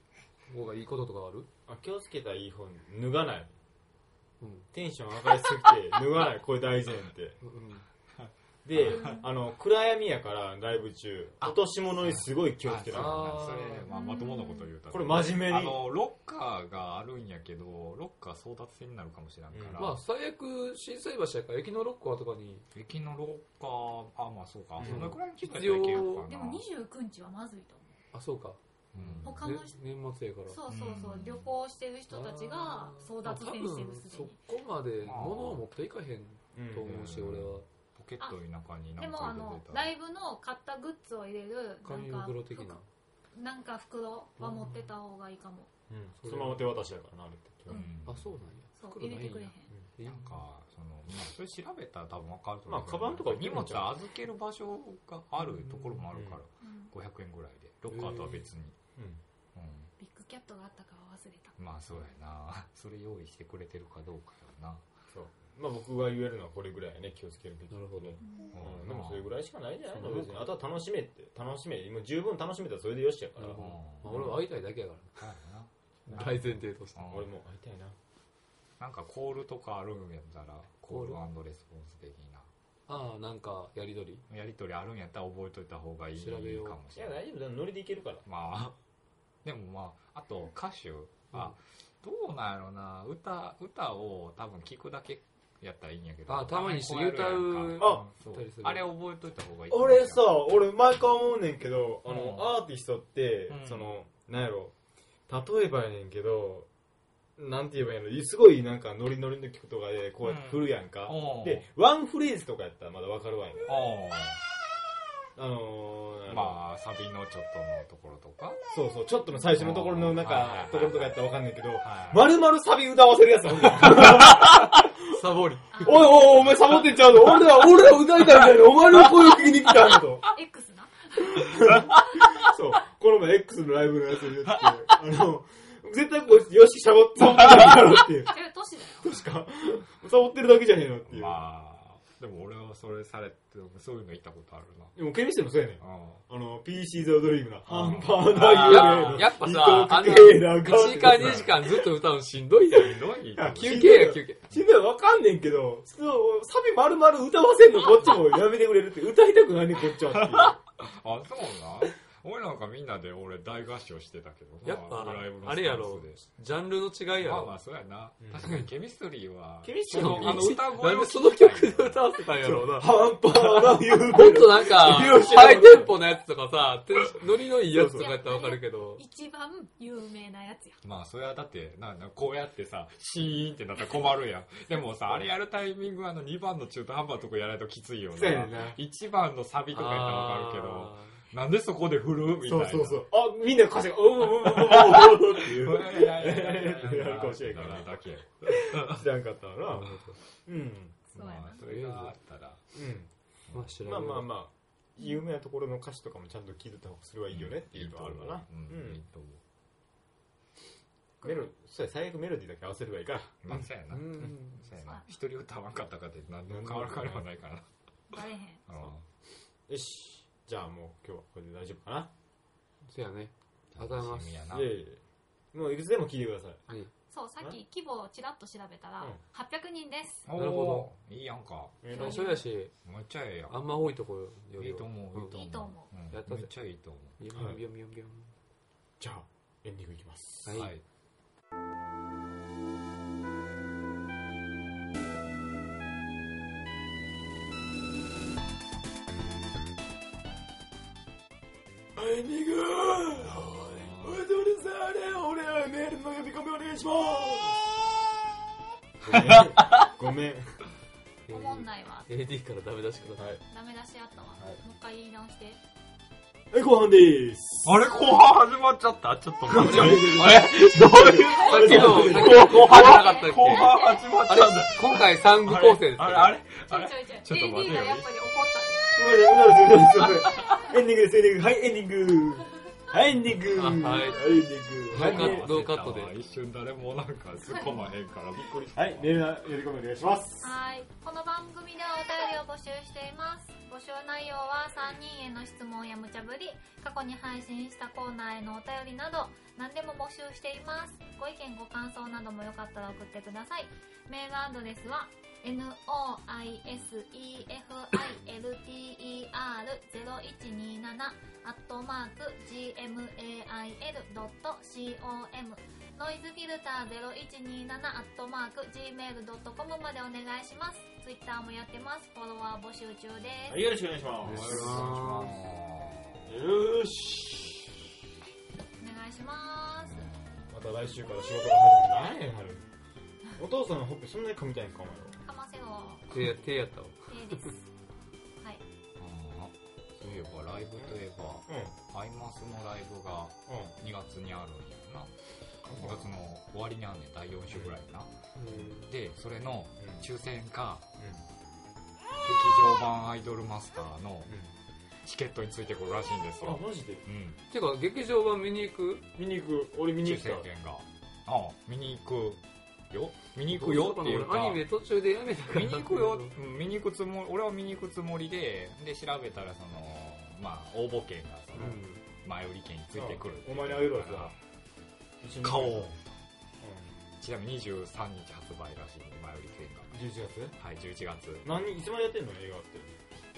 Speaker 4: 方がいいこととかある
Speaker 1: あ、気をつけたらいい方に脱がない。
Speaker 4: うん
Speaker 1: テンション上がりすぎて、脱がない。これ大前提。
Speaker 4: うん
Speaker 1: で、あの、暗闇やから、ライブ中、落とし物にすごい気をつけ
Speaker 3: あ
Speaker 1: な
Speaker 3: そうなんだそれまあまともなこと言うたら
Speaker 1: これ真面目に
Speaker 3: あのロッカーがあるんやけどロッカー争奪戦になるかもしれんから、
Speaker 1: うん
Speaker 4: まあ最悪心斎橋やから駅のロッカーとかに
Speaker 3: 駅のロッカーあまあそうか、
Speaker 1: うん
Speaker 3: そのくらいの規模やったらいけるかな
Speaker 5: でも29日はまずいと思う
Speaker 4: あそうか
Speaker 3: うん
Speaker 5: 他の
Speaker 4: ね年末やから
Speaker 5: そうそうそう、
Speaker 3: うん
Speaker 5: 旅行してる人たちが争奪戦してる
Speaker 4: 多分
Speaker 5: すで
Speaker 4: そ
Speaker 5: に
Speaker 4: こまで物を持っていかへん
Speaker 1: い。うん
Speaker 4: と思うし
Speaker 3: うん
Speaker 4: 俺は
Speaker 3: ポケットの中になん
Speaker 5: で
Speaker 3: か
Speaker 5: もあ
Speaker 3: 入れ
Speaker 5: の
Speaker 3: てた
Speaker 5: ライブの買ったグッズを入れる
Speaker 4: 紙
Speaker 5: なんか
Speaker 4: 袋的な
Speaker 5: なんか袋は持ってた方がいいかも、
Speaker 1: うんそのまま手渡しやからな、あれって。
Speaker 5: うん
Speaker 4: あそうなんや
Speaker 5: そう
Speaker 4: 袋
Speaker 5: 入
Speaker 4: な
Speaker 5: れ
Speaker 4: い
Speaker 5: て
Speaker 4: ん
Speaker 5: くれへ
Speaker 4: や
Speaker 5: ん
Speaker 4: え
Speaker 3: なんかその、まあ、それ調べたら多分分かると思うけど
Speaker 1: まあカバンとか売って
Speaker 3: 荷
Speaker 1: るん
Speaker 3: 物
Speaker 1: ちゃう
Speaker 3: 預ける場所があるところもあるから、
Speaker 5: うん
Speaker 3: 500円ぐらいでロッカーとは別に、う
Speaker 5: ビッグキャットがあったかは忘れた
Speaker 3: ん、まあそうやな それ用意してくれてるかどうかやな
Speaker 1: そう。まあ僕が言えるのはこれぐらいやね、気をつけるべき。
Speaker 4: なるほど
Speaker 5: うん
Speaker 1: うん、でもそれぐ
Speaker 3: らい
Speaker 1: らいしかないんじゃないの
Speaker 4: そう
Speaker 1: 別にあとは楽しめって楽しめもう十分楽しめたらそれでよしやから、
Speaker 4: なるほ
Speaker 3: うん
Speaker 4: まあ俺は会いたいだけやか
Speaker 3: そうや な
Speaker 4: ら大前提として
Speaker 3: うん
Speaker 1: 俺も会いたいな
Speaker 3: なんかコールとかあるんやったらコ
Speaker 4: コ
Speaker 3: ー
Speaker 4: ール
Speaker 3: ルレスポンス的
Speaker 4: ああなんかやりとり
Speaker 3: なやり取りあるんやったら覚えといた方がいい
Speaker 4: 調べよう
Speaker 3: かもし
Speaker 1: い
Speaker 3: れ
Speaker 1: や
Speaker 3: ない
Speaker 1: 大丈夫だノリでいけるから
Speaker 3: まあ でもまああと歌手あどうなんやろな歌歌を多分聞くだけやったらいいんやけど
Speaker 4: あたまに一緒に
Speaker 3: こやるやんか
Speaker 1: 歌
Speaker 3: そう
Speaker 4: たりする
Speaker 3: あれ覚えといた方がいい
Speaker 1: 俺さ俺毎回思うねんけどあの、
Speaker 3: うん
Speaker 1: アーティストって、
Speaker 3: うん
Speaker 1: そのなんやろ例えばやねんけどなんて言えばいいのすごいなんかノリノリの曲とかでこうやって振るやんか、
Speaker 3: うん
Speaker 1: でワンフレーズとかやったらまだわかるわやんか
Speaker 3: う
Speaker 1: あのー、
Speaker 3: ん
Speaker 1: の
Speaker 3: まあサビのちょっとのところとか
Speaker 1: そうそうちょっとの最初のところのなん
Speaker 3: はいはいは
Speaker 1: か
Speaker 3: い
Speaker 1: ところとかやったらわかんないけど
Speaker 3: はい
Speaker 1: まるまるサビ歌わせるやつあるやん
Speaker 4: サボり
Speaker 1: おいおい、お前サボってんちゃうの俺ら、俺ら歌いたいみたいに、お前の声を聞きに来たんだと。
Speaker 5: X な
Speaker 1: そう。この前 X のライブのやつ に言って、あの、絶対こいつ、よし、サボって、サボってるだろっていう。
Speaker 5: それは都市だよ
Speaker 1: 確か、サボってるだけじゃねえのっていう。
Speaker 3: まあでも俺はそれされてそういうの言ったことあるな
Speaker 1: でも、ケミストもそうやねん。
Speaker 3: うん
Speaker 1: あの、PC's a Dream な。ハンバー
Speaker 4: や
Speaker 1: ガー
Speaker 4: やっぱさあの
Speaker 1: 伊藤家ラ
Speaker 4: 1
Speaker 1: ガー
Speaker 4: 時間2時間ずっと歌うのしんどいやん
Speaker 3: ひどい
Speaker 1: や
Speaker 4: 休憩や休憩
Speaker 1: 死んだらわかんねんけど、そうサビ丸 々歌わせんのこっちもやめてくれるって、歌いたくないねんこっちはっていう。
Speaker 3: あ、そうなん俺なんかみんなで俺大合唱してたけど
Speaker 4: やっぱ
Speaker 3: まライブのスタ
Speaker 4: あ
Speaker 3: ンスで
Speaker 4: れやろジャンルの違いや
Speaker 3: まあま
Speaker 4: ろ
Speaker 3: あそうやな、
Speaker 1: うん
Speaker 3: 確かにケミストリーは
Speaker 1: ケミスト
Speaker 3: そ
Speaker 1: リー
Speaker 3: のあの歌
Speaker 4: な
Speaker 3: 声
Speaker 4: ん
Speaker 3: を
Speaker 4: で
Speaker 3: 聞
Speaker 4: その
Speaker 3: きたい
Speaker 4: 曲で歌わせたんやろうな
Speaker 1: ハンパーな言う
Speaker 4: もっとなん か、
Speaker 1: よし
Speaker 4: ハイテンポのやつとかさ、てノリのいいやつとかやったらわかるけど、
Speaker 5: 一番有名なやつや
Speaker 3: まあそれはだってななこうやってさシーンってなったら困るやんでもさあれやるタイミングあの2番の中途半端なとこやらないときついよ
Speaker 1: そうや
Speaker 3: ね
Speaker 1: ねんな
Speaker 3: 1番のサビとかやったらわかるけどなんでそけどなんでそこで振るみたい
Speaker 1: そう
Speaker 3: な
Speaker 1: そうそうあみんな歌詞がおうおうおうおうおうっていう
Speaker 3: いやいやいやいやいや
Speaker 1: やるかもしれんから
Speaker 3: だけ
Speaker 1: 知らんかったわなうん
Speaker 5: そうやな、
Speaker 3: まあそれがあったら
Speaker 4: まあ知らん
Speaker 1: まあまあまあ有名なところの歌詞とかもちゃんと聞いてた方がすればいいよねっていうのはあるわな
Speaker 3: うん
Speaker 1: うん
Speaker 3: いいと思
Speaker 1: メロそうや最悪メロディーだけ合わせればいいから
Speaker 3: うまあそうやな
Speaker 4: うん
Speaker 3: そうやな一人歌わんかったかって何でも変わるからはないからな
Speaker 5: バレへん
Speaker 3: うん
Speaker 1: よしじゃあもう今日はこれで大丈夫かな
Speaker 4: そうやね。ありがとうございます
Speaker 3: 楽しみやない
Speaker 1: やいやいやもういくつでも聞いてください
Speaker 4: はい。
Speaker 5: そうさっき規模をちらっと調べたら、
Speaker 1: うん
Speaker 5: 800人です
Speaker 3: おー
Speaker 4: なるほ
Speaker 3: いいやんか
Speaker 1: メロ
Speaker 4: 最初やし、
Speaker 3: めっちゃええやん
Speaker 4: あんま多いとこより
Speaker 3: いいと思う
Speaker 4: うん
Speaker 5: いいと思
Speaker 3: うん
Speaker 4: やったぜ
Speaker 3: めっちゃいいと思
Speaker 4: ビョンビョンビョンビョン
Speaker 1: じゃあエンディングいきます
Speaker 4: は
Speaker 3: う
Speaker 4: い
Speaker 3: はい
Speaker 1: エンディングおやすみなさいね俺はメールの呼び込みお願いしますごめん
Speaker 5: おもんないわ
Speaker 4: AD からダメ出しください。
Speaker 5: ダメ出しあったわ、
Speaker 1: はい
Speaker 5: もう一回言い直して
Speaker 1: はい後半でーす
Speaker 3: あれ後半始まっちゃったちょっ と待ってどういう
Speaker 4: さっきの、
Speaker 1: 後
Speaker 4: 後半なかったっけ
Speaker 3: 後半始まっちゃ
Speaker 4: あ
Speaker 3: った
Speaker 4: れ今回3部構成です
Speaker 3: あれあれ
Speaker 5: ち
Speaker 3: あ
Speaker 5: ょい
Speaker 3: れ
Speaker 5: ちょいちょい
Speaker 3: ちょっと待
Speaker 5: AD
Speaker 3: てよ
Speaker 5: がやっぱり怒
Speaker 1: ごめんなさいごめんなさいごめんなさいエンディングですエンディングはいエンディングはいエンディング
Speaker 4: あはい
Speaker 1: エンディングは
Speaker 4: ノーカッ
Speaker 1: い
Speaker 4: トノーカットで
Speaker 3: 一瞬誰もなんか突っ込まへんからびっくりした
Speaker 1: はい、メールの呼び込みお願いします
Speaker 5: った。はいこの番組ではお便りを募集しています募集内容は3人への質問や無茶ぶり過去に配信したコーナーへのお便りなど何でも募集していますご意見ご感想などもよかったら送ってくださいメールアドレスは noisefilter0127 アットマーク gmail.com ノイズフィルター0127アットマーク gmail.com までお願いしますツイッターもやってますフォロワー募集中です、
Speaker 1: よろしくお願いし
Speaker 4: お願
Speaker 1: ま
Speaker 4: い
Speaker 1: す。よーし。
Speaker 4: しま
Speaker 5: お願いします
Speaker 1: また来週から仕事が始まる。何やねん、春。お父さんのほっぺそんなに噛みたいんか、お前は。
Speaker 5: かませろ
Speaker 4: す。手や、手やったわ。
Speaker 5: え ですはい
Speaker 3: そういえばライブといえば
Speaker 1: うん、
Speaker 3: アイマスのライブが
Speaker 1: うん。
Speaker 3: 2月にあるんやな2月の終わりにあんねん第4週ぐらいになでそれの抽選か劇場版アイドルマスターのチケットについてくるらしいんですよ
Speaker 1: あ、マジで
Speaker 3: うん
Speaker 4: てか、劇場版見に行く
Speaker 1: 見に行く。俺見に
Speaker 3: 抽
Speaker 1: 行くか
Speaker 3: 選
Speaker 1: ら。
Speaker 3: 券がああ見に行くよ見に行くよっていう
Speaker 4: 俺ア
Speaker 3: か
Speaker 4: ニメ途中でやめたから。
Speaker 3: 見に行くようん見に行くつもり俺は見に行くつもりでで調べたらそのまあ応募券がその
Speaker 4: う
Speaker 3: 前売り券についてくる
Speaker 1: お前にあげろよ、さ。一緒に行く
Speaker 3: 顔
Speaker 1: うん。
Speaker 3: ちなみに23日発売らしいね前売り券が
Speaker 1: 11月
Speaker 3: はい11月
Speaker 1: 何、いつまでやってんの映画って。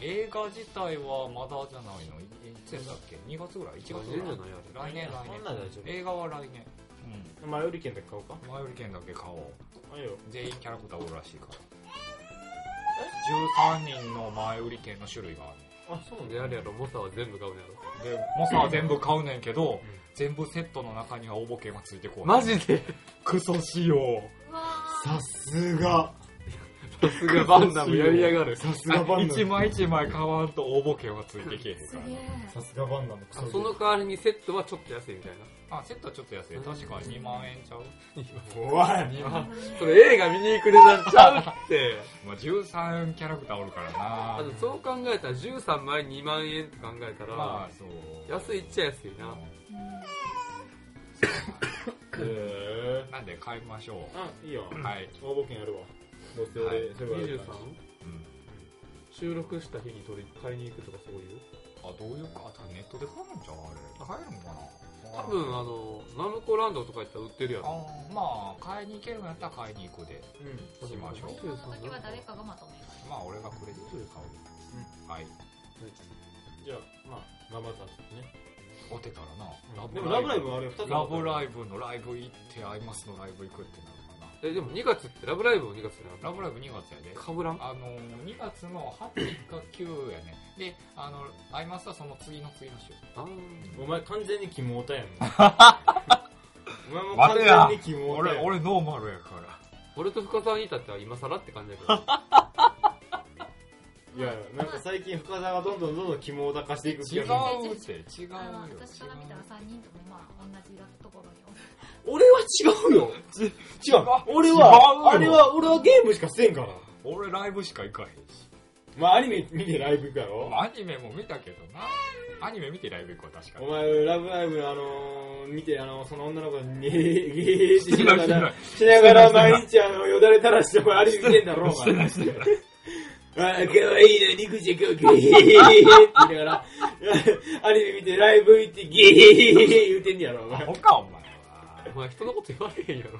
Speaker 3: 映画自体はまだじゃないのいいつやったっけ2月ぐらい1月
Speaker 4: 来
Speaker 3: ぐ
Speaker 4: 年じ
Speaker 3: ら
Speaker 4: ゃ
Speaker 3: い
Speaker 4: ない
Speaker 3: 来年来
Speaker 1: そんなん大丈
Speaker 3: 年映画は来年
Speaker 1: 夫。前売り券だけ買おうか。
Speaker 3: うん前売り券だけ買おう
Speaker 1: あいいよ。
Speaker 3: 全員キャラクターおるらしいから13人の前売り券の種類がある
Speaker 1: あ、そう
Speaker 4: あれ。
Speaker 1: ね。
Speaker 4: で、あれやろ、モサは全部買うのやろ。
Speaker 3: で、モサは全部買うねんけど、
Speaker 1: ん
Speaker 3: 全部セットの中には応募券はついてこない。
Speaker 4: マジで
Speaker 3: クソしよ
Speaker 5: うわー
Speaker 1: さすが。
Speaker 4: さすがバンダムやりやがる。
Speaker 1: さす
Speaker 3: う。
Speaker 1: がバンダ
Speaker 3: 一
Speaker 1: ム。
Speaker 3: 枚一枚買わんと応募券はついてけえへん
Speaker 5: す
Speaker 3: から
Speaker 5: げえ
Speaker 3: ね。
Speaker 1: さすがバンダム。
Speaker 4: あその代わりにセットはちょっと安いみたいな。
Speaker 3: あ、セットはちょっと安い。確か2万円ちゃう
Speaker 1: 怖い。
Speaker 4: あそれ映画見に行く値段ちゃうって。
Speaker 3: まあ13キャラクターおるからな
Speaker 4: あとそう考えたら13枚2万円って考えたら、
Speaker 3: まあ、そう。
Speaker 4: 安いっちゃ安いな。
Speaker 1: へ
Speaker 3: うんなんで買いましょ
Speaker 1: あ、いいよ。
Speaker 3: う。はい。
Speaker 1: 応募券やるわ。どうせ
Speaker 3: はい
Speaker 1: 俺、それはやる
Speaker 4: 23?
Speaker 1: から。
Speaker 3: うん
Speaker 4: 収録した日に取り買いに行くとかそういう
Speaker 3: あ、どういうか、多分ネットで買うんちゃうあれ。買えるのかな
Speaker 4: 多分あのナムコランドとかやったら売ってるや
Speaker 3: あ
Speaker 4: ろ
Speaker 3: ーまあ、買いに行けるんやったら買いに行くで。
Speaker 1: う
Speaker 3: しましょう
Speaker 5: 今の時は誰かがまとめる
Speaker 3: まあ、俺がクレジットで買うよ。はい。
Speaker 1: ん。じゃあ、まあ、頑張ったんですね。
Speaker 3: 会ってたらな、
Speaker 1: でもラブライブはあれ2つあった
Speaker 3: ラブライブのライブ行って、アイマスのライブ行くってなるか
Speaker 4: え、でも2月って、ラブライブも2月だよ。
Speaker 3: な。ラブライブ2月やで。
Speaker 4: かぶらん
Speaker 3: あの、2月の8か9やね。で、あの、アイマスはその次の次の週。
Speaker 4: あー
Speaker 1: お前完全にキモオ タやんお前も
Speaker 3: 待てや
Speaker 1: 完全にキモオタ
Speaker 3: 俺、
Speaker 1: やん
Speaker 3: 俺ノーマルやから。
Speaker 4: 俺と深澤に至っては今更って感じだけど。
Speaker 1: いやなんか最近深澤がどんどんどんどんキモオタ化していく気
Speaker 3: 違
Speaker 1: がする
Speaker 3: うって、違うよ。
Speaker 5: あの私から見たら3人ともまあ同じところにおる
Speaker 1: 俺は違うよ違う俺は
Speaker 3: 違うよ
Speaker 1: あれは俺はゲームしかせんから
Speaker 3: 俺ライブしか行かへんし。
Speaker 1: まあアニメ見てライブ行くやろ
Speaker 3: アニメも見たけどな。アニメ見てライブ行こう、確か
Speaker 1: お
Speaker 3: に。
Speaker 1: 前、ラブライブのあのー、見て、あのー、その女の子に、ねえ、げーってしなが
Speaker 3: してな
Speaker 1: ら
Speaker 3: い、
Speaker 1: しながら毎日あの、よだれ垂らして、お前、あれ見てんだろ、お前。あー、かわいいな、肉じゃかわいい、げーって言いながら、アニメ見て、ライブ行って、げー言うてんねやろ、お前。
Speaker 3: ほか、お前は。
Speaker 4: お前人のこと言われへんやろ。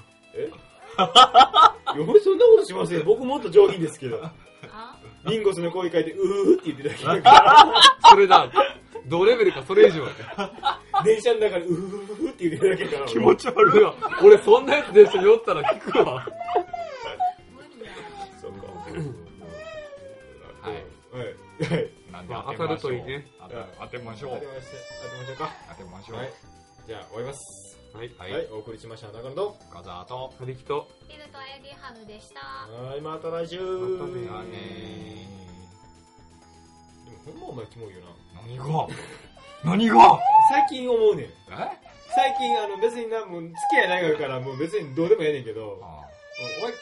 Speaker 1: 俺そんなことしませんよ。僕もっと上品ですけど。
Speaker 5: あ
Speaker 1: リンゴスの声書いて、うーって言ってただけだか
Speaker 4: それだ。同レベルかそれ以上や ね。
Speaker 1: ら、電車の中で、うーって言ってるだけだから。
Speaker 3: 気持ち悪
Speaker 4: う
Speaker 3: い。
Speaker 4: わ俺そんなやつ電車におったら聞くわ。
Speaker 5: 無理や
Speaker 1: そうか。
Speaker 3: はい。
Speaker 1: はい。はい。
Speaker 3: なんで
Speaker 4: まあ
Speaker 3: 当
Speaker 4: 当た
Speaker 3: てましょ
Speaker 4: る
Speaker 3: う
Speaker 4: といいね
Speaker 3: 当て当てましょ
Speaker 1: 当て
Speaker 3: う。
Speaker 1: まして、当てましょうか。
Speaker 3: 当てましょう
Speaker 1: はい。。じゃあ、終わります。
Speaker 4: はい。
Speaker 3: は。
Speaker 1: はいい。お送りしました。中野と。
Speaker 3: 深澤と。
Speaker 4: カリキと、
Speaker 5: ヒルとエディハムでした
Speaker 1: はい、また来週。
Speaker 4: またね
Speaker 3: じゃあね
Speaker 1: でも、ほんまお前キモいよな。
Speaker 3: 何が何が
Speaker 1: 最近思うねん。
Speaker 3: え
Speaker 1: 最近、あの、別にな、もう、付き合い長いから、もう別にどうでもええねんけど、
Speaker 3: あ
Speaker 1: お前、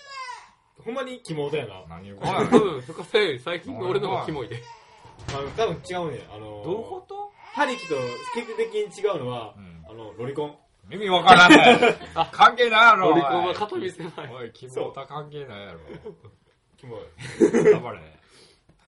Speaker 1: ほんまにキモだよな。
Speaker 3: あ何が
Speaker 4: 多分、深澤より最近の俺の方がキモいで。
Speaker 1: あの、多分違うねん。あの、
Speaker 3: どういうこと
Speaker 1: ハリキと結局的に違うのは、
Speaker 3: うん
Speaker 1: あの、ロリコン。
Speaker 3: 意味わから ない。関係ないやろ。
Speaker 4: ロ
Speaker 3: お
Speaker 4: リ
Speaker 3: い
Speaker 4: コンは肩見せない。
Speaker 3: おい、希望た関係ないやろ。
Speaker 1: キモい。
Speaker 3: 頑張れ。